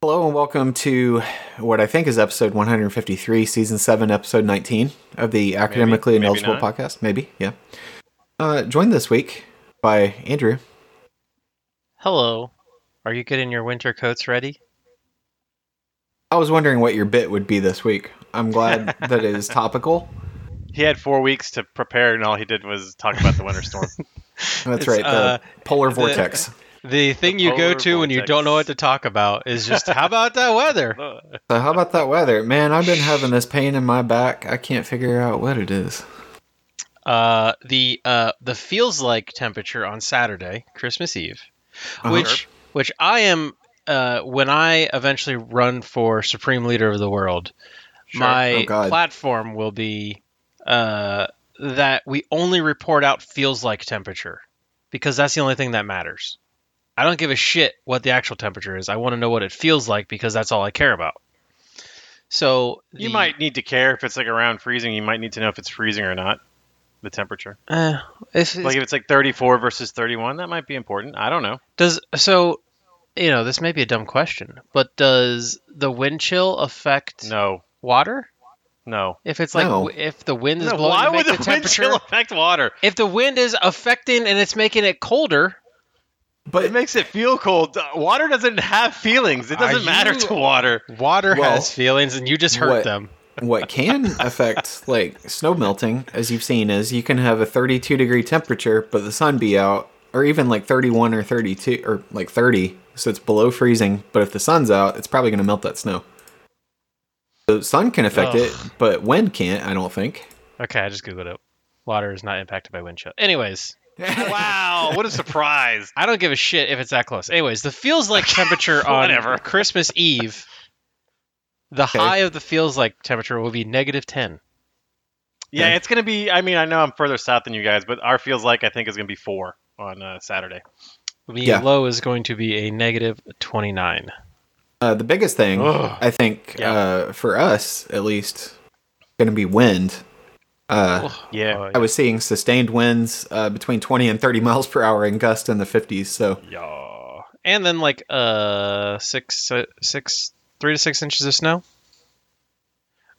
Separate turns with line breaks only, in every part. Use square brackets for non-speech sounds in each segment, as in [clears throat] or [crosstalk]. Hello and welcome to what I think is episode 153, season 7, episode 19 of the Academically
maybe
Ineligible
not.
podcast. Maybe, yeah. Uh, joined this week by Andrew.
Hello. Are you getting your winter coats ready?
I was wondering what your bit would be this week. I'm
[laughs]
glad that it is topical.
He had four weeks to prepare, and all he did was talk about the winter
[laughs]
storm. [laughs]
That's
It's,
right, the
uh,
polar vortex.
The thing you go
polar
to when you don't know what to talk about is just how about that
[laughs]
weather?
So how about that weather? Man, I've been having this pain in my back. I can't figure out what it is.
Uh, the uh, the feels like temperature on Saturday, Christmas Eve,
Uh-huh.
which which I am uh, when I eventually run for supreme leader of the world,
Oh,
my
God.
platform will be uh, that we only report out feels like temperature because that's the only thing that matters. I don't give a shit what the actual temperature is. I want to know what it feels like because that's all I care about. So
you
the-
might need to care if it's like around freezing. You might need to know if it's freezing or not. The temperature,
eh, if it's-
like if it's like 34 versus 31, that might be important. I don't know.
Does so you know, this may be a dumb question, but does the wind chill affect
No,
water?
no.
If it's like
No.
w- if the wind is
No,
blowing to
why would
make
the,
the
wind
temperature
chill affect water?
if the wind is affecting and it's making it colder,
but
It makes it feel cold. Uh, Water doesn't have feelings. It
Are
doesn't matter
you-
to
[laughs]
water.
water
Well,
has feelings and you just hurt
what-
them.
what can affect like snow melting as you've seen is you can have a 32 degree temperature but the sun be out or even like 31 or 32 or like 30 so it's below freezing but if the sun's out it's probably going to melt that snow the sun can affect it
Ugh.
but wind can't i don't think
Okay, I just googled it. Water is not impacted by wind chill. Anyways,
[laughs] Wow, what a surprise!
I don't give a shit if it's that close. Anyways, the feels
[laughs]
like temperature on
Whatever.
Christmas Eve. The high of the feels like temperature will be negative ten.
Yeah, it's gonna be. I mean, I know I'm further south than you guys, but our feels like I think is gonna be four on uh, Saturday.
The
Yeah.
low is going to be a negative 29.
uh, the biggest thing
Ugh.
i think
Yeah.
uh, for us at least going to be wind uh,
Yeah.
Uh,
i was seeing sustained winds uh, between 20 and 30 miles per hour and gusts in the 50s so
Yeah.
and then like uh six uh, six three to six inches of snow.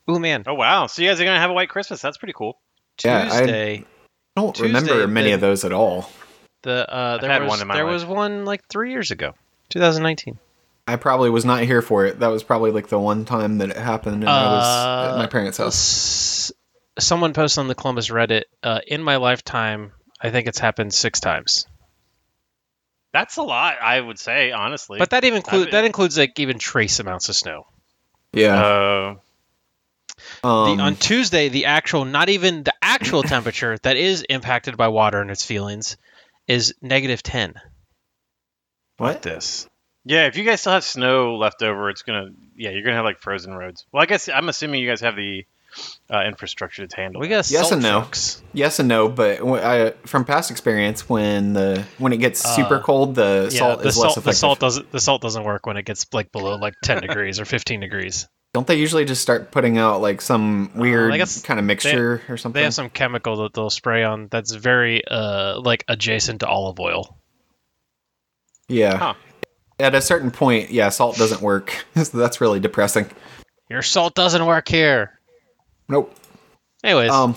Ooh man,
Oh wow! So you guys are gonna have a white Christmas. That's pretty cool.
Yeah, I-
Tuesday
I don't remember
Tuesday,
many
then-
of those at all.
the uh there
had
was
one in my
there
life.
was one like three years ago, 2019.
I probably was not here for it. That was probably like the one time that it happened, and I was at
Uh,
my parents' house.
S- someone posted on the Columbus Reddit uh, in my lifetime. I think it's happened six times,
That's a lot, I would say, honestly.
but that even include
I've-
that includes like even trace amounts of snow.
Yeah.
uh,
um,
the, on Tuesday, the actual, not even the actual
[laughs]
temperature that is impacted by water and its feelings is negative 10.
what?
This.
yeah, if you guys still have snow left over, it's gonna. Yeah, you're gonna have like frozen roads. Well, I guess I'm assuming you guys have the uh, infrastructure to handle.
We
that.
got
Yes
salt
and no.
trucks.
Yes and no, but wh- I, from past experience, when the when it gets
Uh,
super cold, the
Yeah,
salt
the,
is less
salt,
effective.
the salt doesn't the salt doesn't work when it gets like below like
[laughs]
10 degrees or 15 degrees.
Don't they usually just start putting out like some weird
I Uh, guess
kind of mixture or something?
They have some chemical that they'll spray on that's very uh like adjacent to olive oil.
yeah.
Huh.
At a certain point, yeah, salt doesn't work. [laughs] so that's really depressing.
Your salt doesn't work here.
Nope.
Anyways,
Um.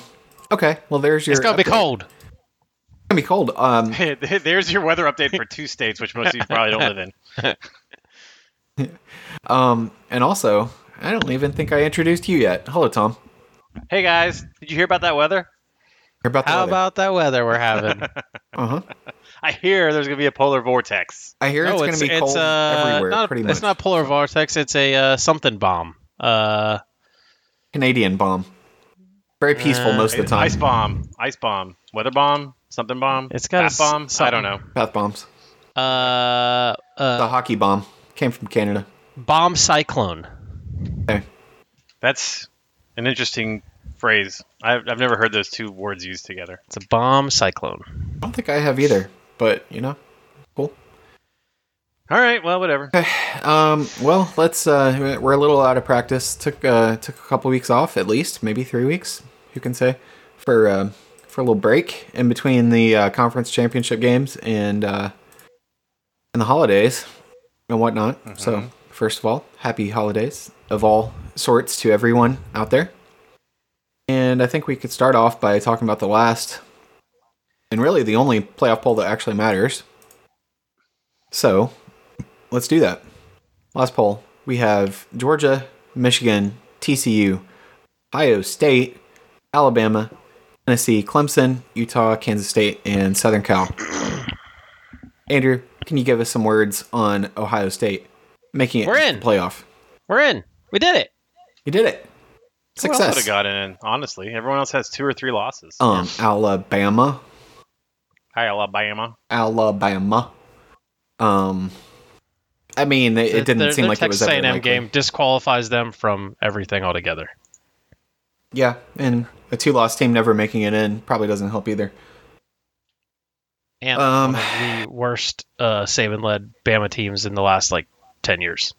Okay. Well, there's your.
it's gonna be
update.
cold.
It's gonna be cold. Um.
[laughs] There's your weather update for two states, which most of you probably don't
[laughs]
live in.
Um, and also, I don't even think I introduced you yet. Hello, Tom.
Hey guys, did you hear about that weather?
Hear about the
How about that weather
[laughs]
we're having?
Uh huh.
I hear there's gonna be a polar vortex.
I hear it's, going to be cold everywhere,
uh, not a-
pretty much.
It's not polar vortex. It's a uh, something bomb. Uh,
Canadian bomb. Very peaceful
Uh,
most of the time.
Ice bomb, ice bomb, weather bomb, something bomb.
It's got a
bath bomb.
s-
I don't know.
something.
Bath bombs.
uh,
the
uh,
hockey bomb came from Canada.
bomb cyclone.
That's an interesting phrase. I've, I've never heard those two words used together.
It's a bomb cyclone.
I don't think I have either, but you know, cool.
All right, well, whatever.
Um, well, let's. Uh, we're a little out of practice. Took uh, took a couple weeks off, at least maybe three weeks. Who can say? For uh, for a little break in between the uh, conference championship games and uh, and the holidays and whatnot. So First of all, happy holidays of all sorts to everyone out there. And I think we could start off by talking about the last and really the only playoff poll that actually matters. So let's do that. Last poll we have Georgia, Michigan, TCU, Ohio State, Alabama, Tennessee, Clemson, Utah, Kansas State, and Southern Cal. [clears throat] Andrew, can you give us some words on Ohio State making it
We're
to the
in.
playoff?
We're in. We did it.
You did it.
Who else would
Success.
have gotten in? Honestly, everyone else has two or three losses.
Um, Alabama,
Hi, Alabama.
Alabama. Um, I mean, it, it didn't
their,
seem
their
like it
Texas
was ever
A&M
likely.
game disqualifies them from everything altogether.
Yeah, and a two-loss team never making it in probably doesn't help either.
And
Um,
one of the worst uh, Saban-led Bama teams in the last like ten years.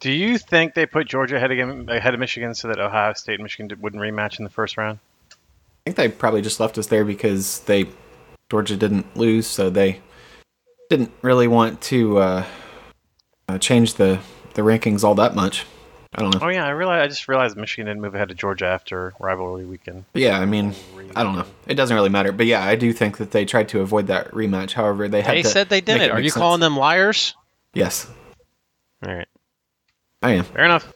Do you think they put Georgia ahead of, ahead of Michigan so that Ohio State and Michigan wouldn't rematch in the first round?
I think they probably just left us there because they Georgia didn't lose, so they didn't really want to uh, uh, change the the rankings all that much. I don't know.
Oh yeah, I realize I just realized Michigan didn't move ahead of Georgia after rivalry weekend.
But yeah, I mean, I don't know. It doesn't really matter. But yeah, I do think that they tried to avoid that rematch. However, they had
They
to
said they did
make
it. Are
make
you
sense.
calling them liars?
Yes,
All right.
I am.
Fair enough.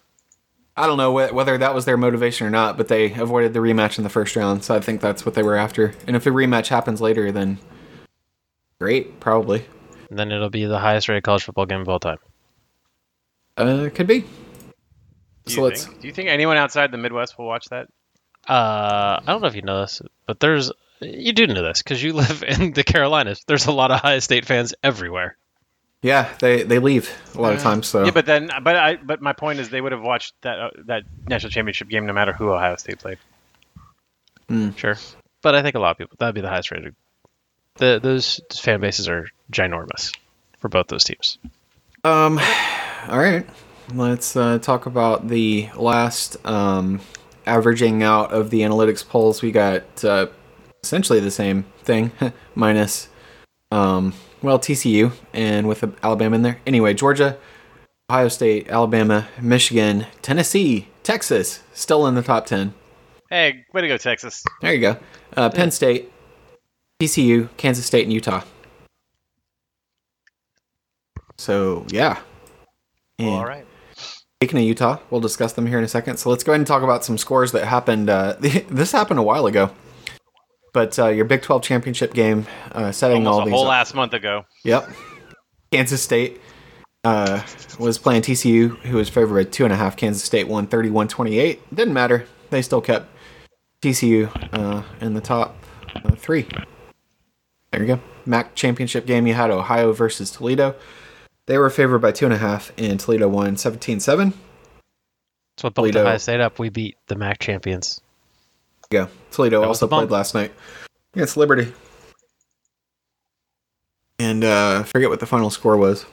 I don't know wh- whether that was their motivation or not, but they avoided the rematch in the first round, so I think that's what they were after. And if the rematch happens later, then great, probably.
And then it'll be the highest rated college football game of all time.
Uh, could be.
Do
so
you,
let's.
think, do you think anyone outside the Midwest will watch that?
Uh, I don't know if you know this, but there's you do know this because you [laughs] live in the Carolinas. There's a lot of Ohio State fans everywhere.
Yeah, they they leave a lot of times. So
Uh, Yeah, but then, but I, but my point is, they would have watched that uh, that national championship game no matter who Ohio State played.
Sure, but I think a lot of people that'd be the highest rated. The those fan bases are ginormous for both those teams.
um, all right, let's uh, talk about the last um, averaging out of the analytics polls. We got uh, essentially the same thing, [laughs] minus um, well TCU and with Alabama in there. Anyway, Georgia, Ohio State, Alabama, Michigan, Tennessee, Texas, still in the top ten.
Hey, way to go, Texas!
There you go. Uh, Penn State, TCU, Kansas State, and Utah. So yeah. And
Well, all right.
Speaking of Utah, we'll discuss them here in a second. So let's go ahead and talk about some scores that happened. Uh, [laughs] this happened a while ago, but uh, your Big 12 championship game, uh, setting all
Almost a
these.
whole
up-
last
[laughs]
month ago.
Yep. Kansas State uh, was playing TCU, who was favored by two and a half. Kansas State won 31 28. Didn't matter. They still kept TCU uh, in the top uh, three. There you go. MAC championship game, you had Ohio versus Toledo. They were favored by two and a half, and Toledo won 17 7.
That's what bumped
Toledo.
Ohio State up. We beat the MAC champions.
Yeah, Toledo
That was
also
the bump.
played last night against Liberty. And uh, I forget what the final score was.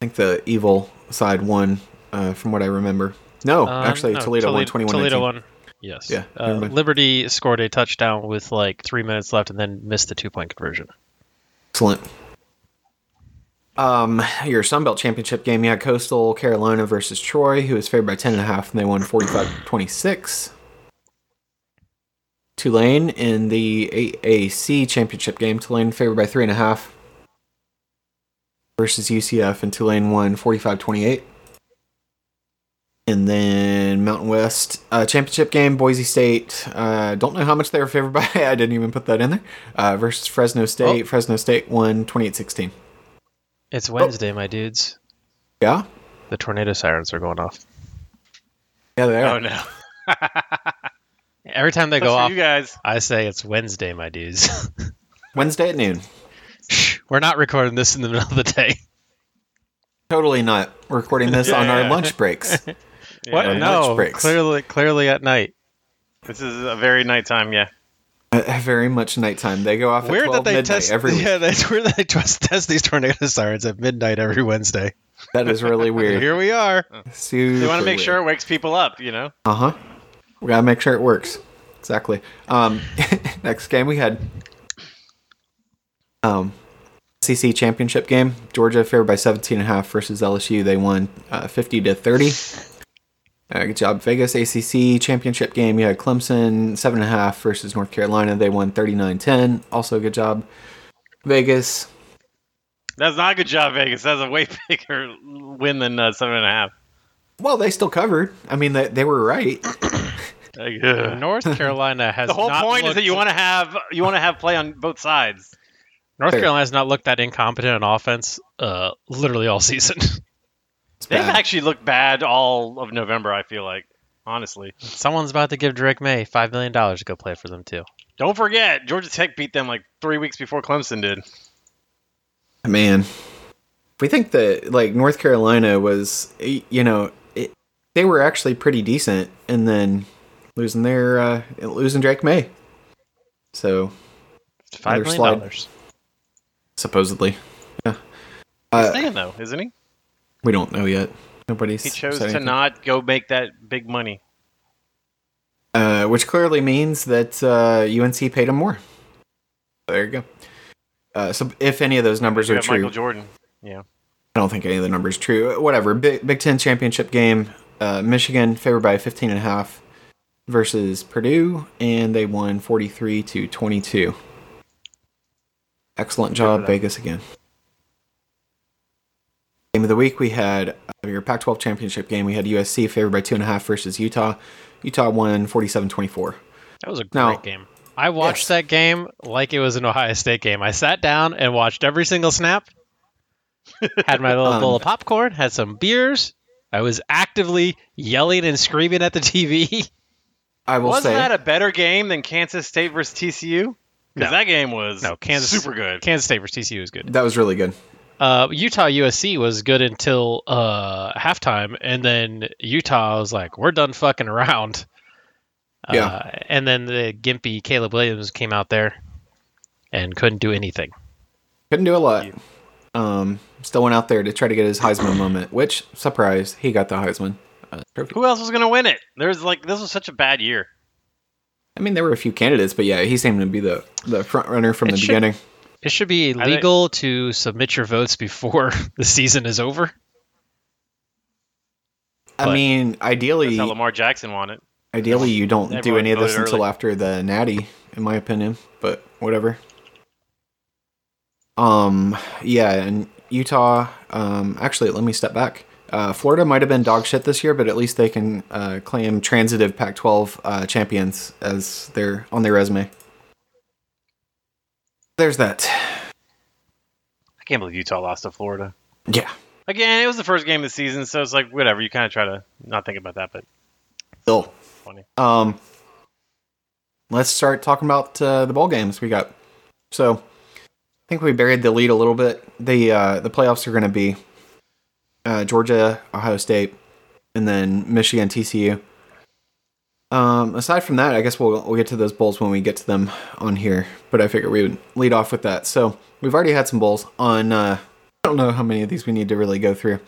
I think the evil side won, uh, from what I remember. Um, No,
Uh,
Oh, actually,
no,
Toledo, won 21
Toledo won. Yes.
Yeah,
Uh,
never mind.
Liberty scored a touchdown with like three minutes left and then missed the two point conversion.
Excellent. Um, your Sunbelt Championship game, you had Coastal Carolina versus Troy, who was favored by 10.5, and they won 45 26. Tulane in the AAC Championship game, Tulane favored by 3.5 versus UCF, and Tulane won 45 28. And then Mountain West uh, Championship game, Boise State. Uh, don't know how much they were favored by. [laughs] I didn't even put that in there. Uh, versus Fresno State. Fresno State won 28 16. Oh.
It's Wednesday, my dudes.
Yeah?
The tornado sirens are going off.
Yeah, they are.
Oh no!
Every time they
That's
go
for
off,
you guys.
I say it's Wednesday, my dudes. [laughs]
Wednesday at noon.
Shh, we're not recording this in the middle of the day.
Totally not. We're recording this on our
Yeah.
lunch breaks.
What?
Yeah. Lunch breaks.
Clearly, clearly at night.
This is a very nighttime. Yeah.
Uh, very much nighttime. They go off at
Weird
12
that they
midnight
test.
every week.
[laughs] yeah, that's weird that they test, test these tornado [laughs] sirens at midnight every Wednesday.
That is really weird.
Here we are.
Super
They want to make sure it wakes people up. You know.
Uh huh. We gotta make sure it works. [laughs] Exactly. Um, next game we had um, SEC championship game. Georgia favored by 17 and a half versus LSU. They won uh, 50 to 30. Uh, good job, Vegas. ACC championship game. You had Clemson seven and a half versus North Carolina. They won 39-10. Also, good job, Vegas.
That's not a good job, Vegas. That's a way [laughs] bigger win than uh, seven and a half.
Well, they still covered. I mean, they, they were right.
Like,
Uh-huh.
ugh.
[laughs] North Carolina has [laughs]
The whole
not
point is
looked-
that you want to have you want to have play on both sides.
North
Fair.
Carolina has not looked that incompetent on offense uh, literally all season. [laughs]
It's
They've
bad.
actually looked bad all of November. I feel like, honestly.
Someone's about to give Drake May five million dollars to go play for them too.
Don't forget, Georgia Tech beat them like three weeks before Clemson did.
Man, we think that like North Carolina was, y- you know, it, they were actually pretty decent, and then losing their uh, losing Drake May. So
Five
Another
million
slide.
dollars.
supposedly,
He's
Uh,
staying though, isn't he?
we don't know yet. Nobody's
He chose
said
to
anything.
not go make that big money.
uh, which clearly means that uh, UNC paid him more. There you go. Uh, so if any of those numbers
We
are
got
true,
Michael Jordan.
I don't think any of the numbers true. Whatever. Big, Big Ten championship game. Uh, Michigan favored by 15 and a half versus Purdue, and they won 43 to 22. Excellent job, Vegas again. Game of the week, we had uh, your Pac-12 championship game. We had USC favored by two and a half versus Utah. Utah won 47-24.
That was a great
No.
game. I watched
Yes.
that game like it was an Ohio State game. I sat down and watched every single snap. Had my little
Um,
bowl of popcorn, had some beers. I was actively yelling and screaming at the TV.
I will
Wasn't
say
that a better game than Kansas State versus TCU? Because
No.
that game was
[laughs] No, Kansas
super good.
Kansas State versus TCU was good.
that was really good.
Uh, Utah USC was good until uh, halftime, and then Utah was like, "We're done fucking around."
Yeah.
Uh, and then the gimpy Caleb Williams came out there and couldn't do anything.
Couldn't do a lot. Um, still went out there to try to get his Heisman moment, which surprise, he got the Heisman uh, trophy.
Who else was going to win it? There's like this was such a bad year.
I mean, there were a few candidates, but yeah, he seemed to be the the front runner from
It
the
should-
beginning.
It should be
think-
legal to submit your votes before [laughs] the season is over.
I
but-
mean,
That's
ideally,
how Lamar Jackson won it.
ideally you don't do
Everyone
any of this
voted
until
early.
after the Natty, in my opinion. But whatever. Um, yeah, and Utah. Um, actually, let me step back. Uh, Florida might have been dog shit this year, but at least they can uh, claim transitive Pac-12 uh, champions as their on their resume. There's that.
I can't believe Utah lost to Florida.
Yeah,
Again, it was the first game of the season, so it's like whatever. You kind of try to not think about that, but
Bill.
Funny.
Um, let's start talking about uh, the bowl games we got. So, I think we buried the lead a little bit. the uh, The playoffs are going to be uh, Georgia, Ohio State, and then Michigan, TCU. Um, aside from that, I guess we'll we'll get to those bowls when we get to them on here. But I figure we would lead off with that. So we've already had some bowls on. Uh, I don't know how many of these we need to really go through.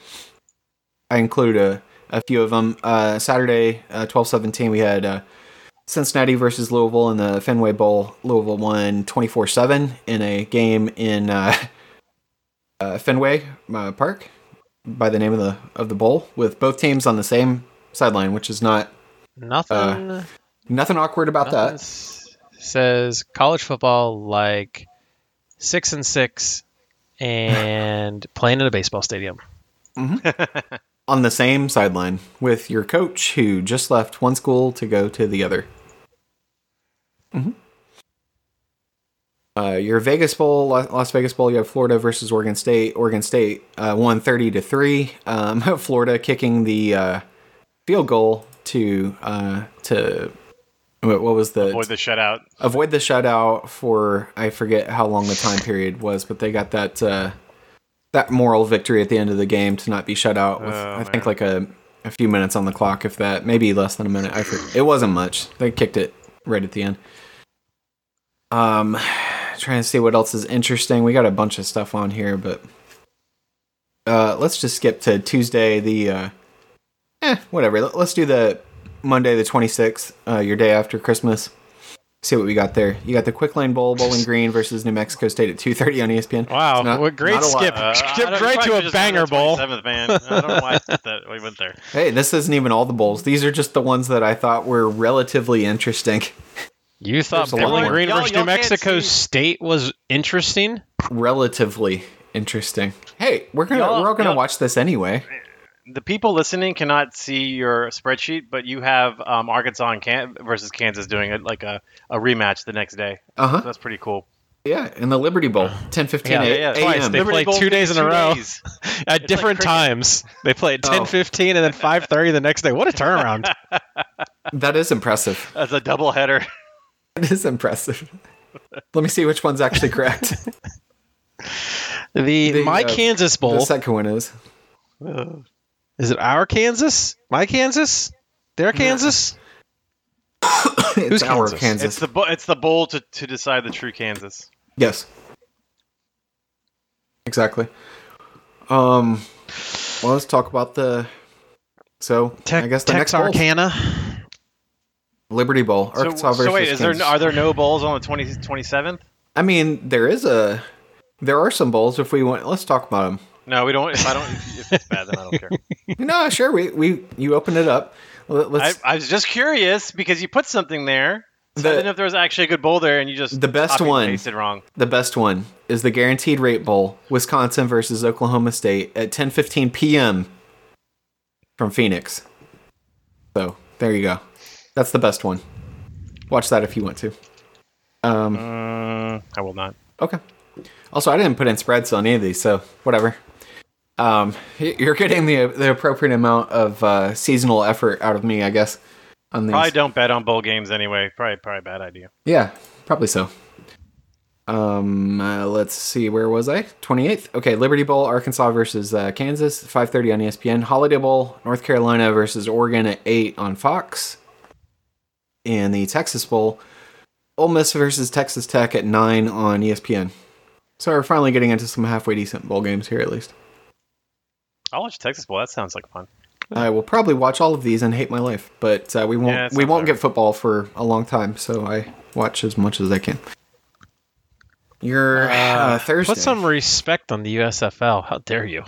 I include a, a few of them. Uh, Saturday, uh, twelve seventeen, we had uh, Cincinnati versus Louisville in the Fenway Bowl. Louisville won 24 7 in a game in uh, uh, Fenway uh, Park by the name of the of the bowl, with both teams on the same sideline, which is not
Nothing.
nothing awkward about
nothing
Uh, that.
s- says college football like six and six and [laughs] playing in a baseball stadium.
On the same sideline with your coach who just left one school to go to the other. Mm-hmm. Uh, your Vegas Bowl, La- Las Vegas Bowl, you have Florida versus Oregon State. Oregon State uh, won 30 to 3. Um, [laughs] Florida kicking the uh, field goal to, uh, to what what was the
avoid the shutout.
avoid the shutout for I forget how long the time period was, but they got that uh, that moral victory at the end of the game to not be shut out with
Oh,
I think
man.
like a, a few minutes on the clock, if that, maybe less than a minute. I forget. It wasn't much. They kicked it right at the end. Um, [sighs] trying to see what else is interesting. We got a bunch of stuff on here, but uh, let's just skip to Tuesday. The uh, eh, whatever. Let- Let's do the Monday the twenty sixth, uh, your day after Christmas. See what we got there. You got the Quick Lane Bowl, Bowling Green versus New Mexico State at 2:30 on E ESPN.
Wow,
It's not-
what great
not a lot.
skip!
Uh, I
skip
don't-
right
probably
to
should've
a
just gone to
banger bowl.
27th man. I don't know why I thought that we went there.
Hey, this isn't even all the bowls. These are just the ones that I thought were relatively interesting. [laughs]
You thought
There's a lot
Bowling
more.
Green
Y'all-
versus
y'all
New
can't
Mexico
see-
State was interesting?
relatively interesting. Hey, we're gonna
Y'all-
we're all gonna
y'all-
watch this anyway.
The people listening cannot see your spreadsheet, but you have um, Arkansas and Can- versus Kansas doing a, like a, a rematch the next day.
Uh huh.
That's pretty cool.
Yeah, in the Liberty Bowl, ten fifteen
Yeah,
a.m.
twice. They
Liberty
played
Bowl
two days in a
two
row.
days. [laughs]
At different
cricket.
times. They play at
Oh.
10 15 and then 5 30 the next day. What a turnaround.
[laughs] That is impressive. [laughs]
That's a double header.
That is impressive. Let me see which one's actually correct.
The,
The,
My
uh,
Kansas
the
Bowl.
second one is. [laughs]
Is it our Kansas? My Kansas? Their Kansas?
it's our
Kansas?
Kansas.
It's the bo- it's the bowl to, to decide the true Kansas.
yes. Exactly. Um. Well, let's talk about the. So
Tex
I guess the next bowl,
Texarkana?
Liberty Bowl,
So-
Arkansas
so,
versus.
wait, is there
Kansas.
are there no bowls on the 20, 27th?
I mean, there is a. There are some bowls if we want. Let's talk about them. [laughs]
No, we don't. If I don't, if it's bad, then I don't
[laughs]
care.
No, sure. We we you open it up. Let-
I,
Let's
I was just curious because you put something there. So I
The-
didn't know if there was actually a good bowl there, and you just
The best
copied and
one.
pasted wrong.
the best one is the guaranteed rate bowl, Wisconsin versus Oklahoma State at 10:15 p.m. from Phoenix. So there you go. That's the best one. Watch that if you want to. Um,
Mm, I will not.
okay. Also, I didn't put in spreads on any of these, so whatever. Um, y- you're getting the the appropriate amount of uh, seasonal effort out of me, I guess. On these.
Probably don't bet on bowl games anyway. Probably probably a bad idea.
Yeah, probably so. Um, uh, let's see, where was I? 28th. Okay, Liberty Bowl, Arkansas versus uh, Kansas, 5:30 on E ESPN. Holiday Bowl, North Carolina versus Oregon at 8 on Fox. And the Texas Bowl, Ole Miss versus Texas Tech at 9 on E ESPN. So we're finally getting into some halfway decent bowl games here, at least.
I'll watch Texas Bowl. That sounds like fun.
I will probably watch all of these and hate my life, but uh, we won't
Yeah, it's
we
not
won't
fair.
get football for a long time, so I watch as much as I can. Your uh, Thursday.
Put some respect on the USFL. How dare you?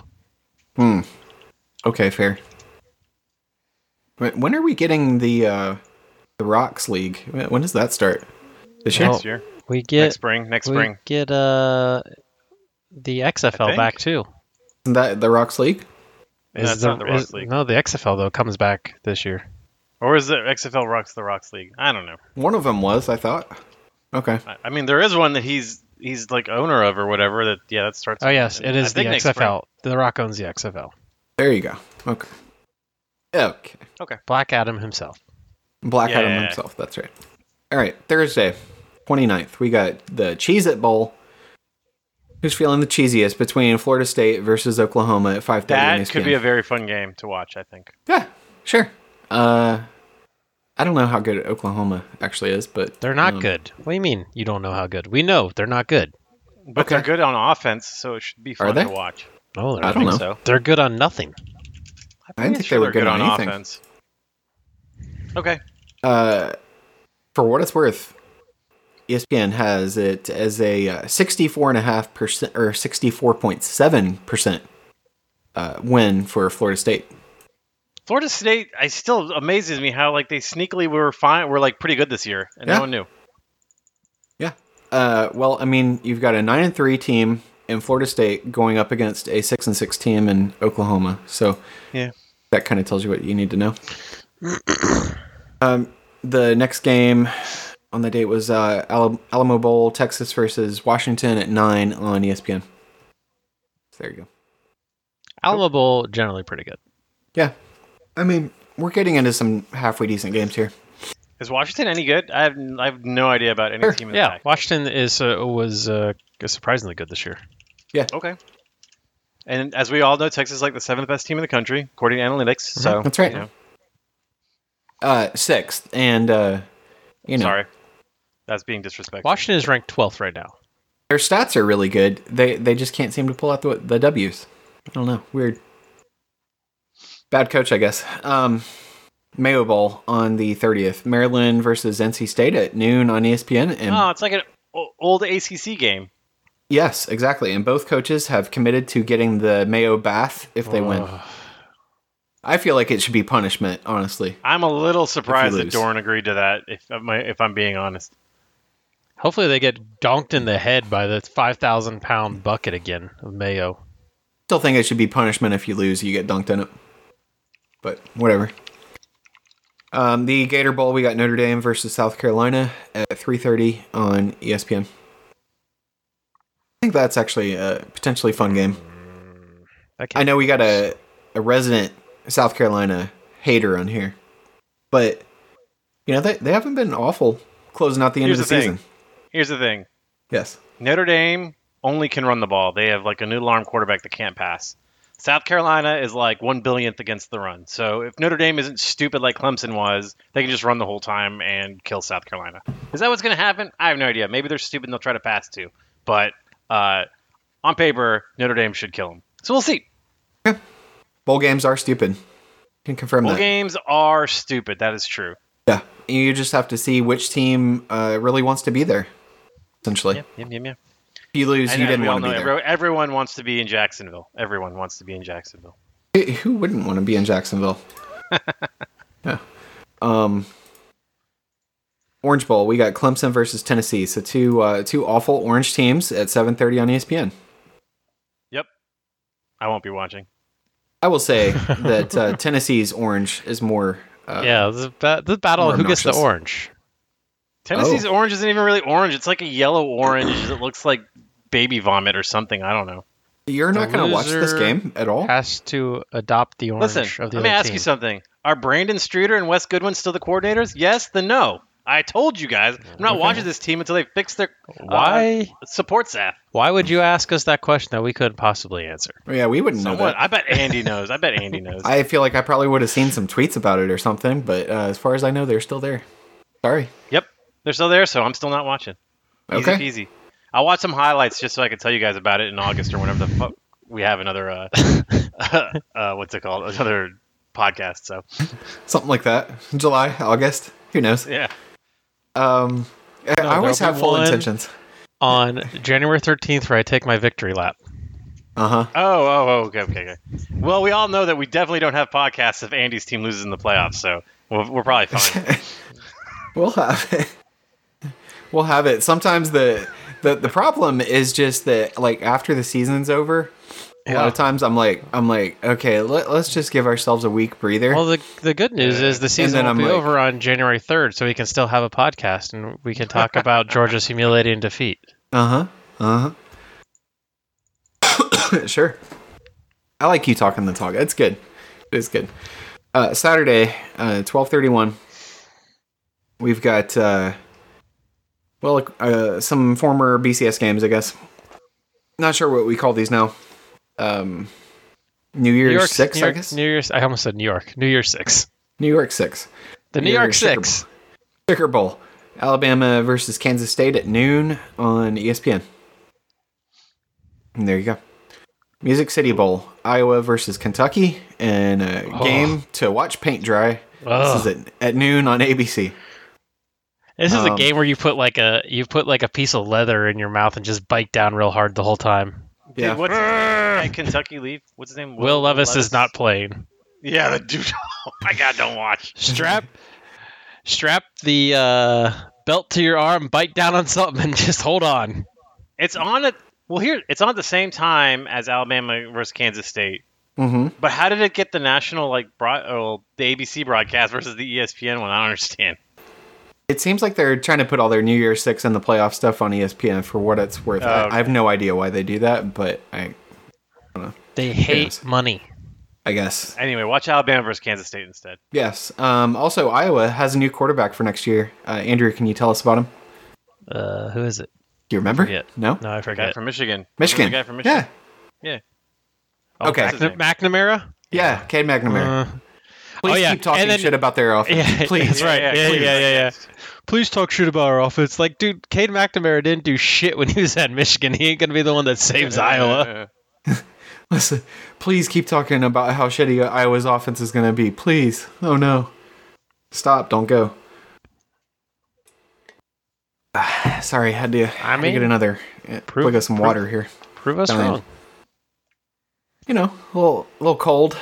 Hmm. Okay, fair. Wait, When are we getting the uh, the Rocks League? When when does that start? This year?
Well,
Next year,
We
next
get
spring, next
we
spring.
get uh the
I
XFL
think.
back too.
Isn't that the Rocks League?
No, it's not the Rocks League.
No, the XFL though comes back this year.
Or is it XFL Rocks the Rocks League? I don't know.
One of them was, I thought. Okay.
I, I mean, there is one that he's he's like owner of or whatever. That yeah, that starts.
Oh yes,
I
it is the
think next spring.
XFL. The Rock owns the XFL.
There you go. Okay. Okay.
Black Adam himself.
Black Adam
Yeah.
himself. That's right. All right, Thursday, 29th. We got the Cheez It Bowl. Who's feeling the cheesiest between Florida State versus Oklahoma at 5:30? on E
That
ESPN?
could be a very fun game to watch. I think.
yeah, sure. Uh, I don't know how good Oklahoma actually is, but
They're not
um,
good. What do you mean you don't know how good? We know they're not good.
But they're
Okay.
good on offense, so it should be fun
they?
to watch.
No, they're
I
not.
don't know.
So
They're good on nothing.
I didn't
I'm
think
sure
they were
they're
good, on, anything.
offense. Okay.
Uh, for what it's worth, E ESPN has it as a uh, 64.5% or 64.7% uh, win for Florida State.
Florida State, I still amazes me how like they sneakily were fine, were like pretty good this year, and
Yeah.
no one knew.
Uh, well, I mean, you've got a nine and three team in Florida State going up against a six and six team in Oklahoma. So
Yeah.
that kind of tells you what you need to know. [clears throat] um, the next game on the date was uh, Al- Alamo Bowl, Texas versus Washington at nine on E ESPN. There you go.
Alamo Bowl generally pretty good.
Yeah, I mean, we're getting into some halfway decent games here.
Is Washington any good? I have I have no idea about any
Sure.
team in the
Yeah,
pack.
Washington is uh, was uh, surprisingly good this year.
Okay. And as we all know, Texas is like the seventh best team in the country according to analytics. So
Mm-hmm. That's right.
you know,
Uh, sixth and uh, you know,
Sorry, that's being disrespectful.
Washington is ranked 12th right now.
their stats are really good. They they just can't seem to pull out the the W's. I don't know. Weird. Bad coach, I guess. Um, Mayo Bowl on the 30th. Maryland versus NC State at noon on E ESPN. And
Oh, it's like an o- old ACC game.
yes, exactly. And both coaches have committed to getting the Mayo bath if they win.
Ah.
Ugh.
I feel like it should be punishment, honestly.
I'm a little surprised that
lose.
Dorn agreed to that. If I'm, if I'm being honest,
Hopefully, they get donked in the head by the 5,000 pound bucket again of mayo.
Still think it should be punishment if you lose, you get dunked in it. But whatever. Um, the Gator Bowl, we got Notre Dame versus South Carolina at 3:30 on E ESPN. I think that's actually a potentially fun game.
That can't
I know
be
we got
close.
a, a resident South Carolina hater on here, but you know they they haven't been awful closing out the end
Here's
of the,
the thing.
season.
here's the thing:
Yes,
Notre Dame only can run the ball. They have like a new alarm quarterback that can't pass. South Carolina is like one billionth against the run. So if Notre Dame isn't stupid like Clemson was, they can just run the whole time and kill South Carolina. Is that what's going to happen? I have no idea. Maybe they're stupid and they'll try to pass too. But uh, on paper, Notre Dame should kill them. So we'll see.
bowl games are stupid. Can confirm
Bowl
that.
games are stupid. That is true.
Yeah, you just have to see which team uh, really wants to be there. Essentially,
Yep, yep, yep, yep.
if you lose,
And
you
as
didn't
we all
want to
know,
be there.
every- Everyone wants to be in Jacksonville. Everyone wants to be in Jacksonville.
Who- Who wouldn't want to be in
[laughs]
Jacksonville? yeah. Um. Orange Bowl, we got Clemson versus Tennessee. So two uh, two awful orange teams at 7:30 on E ESPN.
I won't be watching.
I will say
[laughs]
that uh, Tennessee's orange is more. Uh,
yeah, this is ba- the battle
More
of who gets the
obnoxious.
orange.
Tennessee's
Oh.
orange isn't even really orange. It's like a yellow orange that looks like baby vomit or something. I don't know.
You're not
The
going to watch this
loser
game at all.
Has to adopt the orange
Listen, let
of the
me
other
ask
team.
you something. Are Brandon Streeter and Wes Goodwin still the coordinators? Yes, then no. I told you guys, I'm not
Okay.
watching this team until they fix their uh,
Why?
support staff.
Why would you ask us that question that we couldn't possibly answer?
Yeah, we wouldn't know
Someone,
that.
I bet Andy knows. I bet Andy
[laughs]
knows.
I feel like I probably would have seen some tweets about it or something, but uh, as far as I know, they're still there. Sorry.
Yep, they're still there, so I'm still not watching. Easy
Okay.
peasy. I'll watch some highlights just so I can tell you guys about it in August or whenever the fuck we have another uh, [laughs] uh, what's it called? Another podcast. So
Something like that. July, August. Who knows?
yeah,
Um, I- I always
there'll
have
be
full
one.
intentions.
On January 13th, where I take my victory lap.
Uh huh.
Oh, oh, oh, okay, okay, okay. Well, we all know that we definitely don't have podcasts if Andy's team loses in the playoffs, so we're, we're probably
[laughs]
fine.
We'll have it. [laughs] We'll have it. Sometimes the the the problem is just that like after the season's over, a lot of times I'm like I'm like okay, let, let's just give ourselves a week breather.
Well, the, the good news is the season
then
will
I'm
be
like-
over on January 3rd, so we can still have a podcast and we can talk about Georgia's humiliating defeat.
Uh huh. Uh huh. [coughs] sure. I like you talking the talk. It's good. It's good. Uh, Saturday, uh, twelve thirty-one. We've got uh, well, uh, some former BCS games, I guess. Not sure what we call these now. Um, New Year's
New York
six,
New
I
York,
guess.
New Year's. I almost said New York. New Year's six.
New York six.
The New
New
York
Year's Super
six.
Ticker Bowl. Alabama versus Kansas State at noon on E ESPN. And there you go. Music City Bowl. Iowa versus Kentucky and a
Oh.
game to watch paint dry.
Ugh.
This is at, at noon on ABC.
This is a
um,
game where you put like a you put like a piece of leather in your mouth and just bite down real hard the whole time.
Yeah.
Did what's at Kentucky leave? What's his name?
Will, Levis, is not playing.
Yeah, the dude. [laughs] Oh my god, don't watch.
[laughs]
Strap, strap the uh, belt to your arm, bite down on something, and just hold on.
It's on at well here. It's on at the same time as Alabama versus Kansas State.
Mm-hmm.
But how did it get the national like broad, well, the ABC broadcast versus the E ESPN one? I don't understand.
It seems like they're trying to put all their New Year's Six and the playoff stuff on E ESPN for what it's worth. I,
Oh, Okay.
I have no idea why they do that, but I,
They hate
Yes.
money.
I guess
Anyway, watch Alabama versus Kansas State instead.
yes. Um, also, Iowa has a new quarterback for next year. Uh, Andrew, can you tell us about him?
Uh, who is it?
Do you remember?
Forget.
No.
No, I
Guy
forget.
from Michigan.
Michigan.
The guy from Michigan.
Yeah.
Oh,
okay.
Mac- McNamara.
Yeah, Cade McNamara.
Uh,
Please
oh, yeah,
keep talking
and then-
shit about their offense.
[laughs] Yeah,
Please.
that's right. Yeah,
please.
yeah, yeah, yeah. Please talk shit about our offense. Like, dude, Cade McNamara didn't do shit when he was at Michigan. He ain't gonna be the one that saves Iowa.
Listen, please keep talking about how shitty Iowa's offense is going to be. Please. Oh no. Stop! Don't go. [sighs] Ah, Sorry, had to. I
mean,
get another.
prove-
Plug us some
prove-
water here.
Prove us
Fine.
wrong.
You know, a little, a little cold.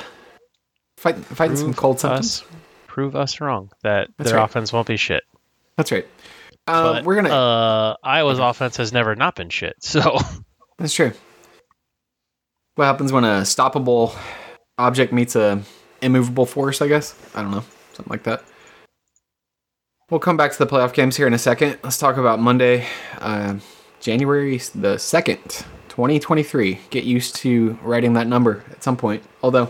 Fight, fighting some
Prove
cold symptoms.
Us, prove us wrong that
That's
their
right.
offense won't be shit.
That's right.
But,
Um, we're gonna.
Uh, Iowa's offense has never not been shit.
[laughs]
So
That's true. What happens when a stoppable object meets a immovable force, I guess? I don't know. Something like that. We'll come back to the playoff games here in a second. Let's talk about Monday, uh, January the 2nd, 2023. Get used to writing that number at some point. Although,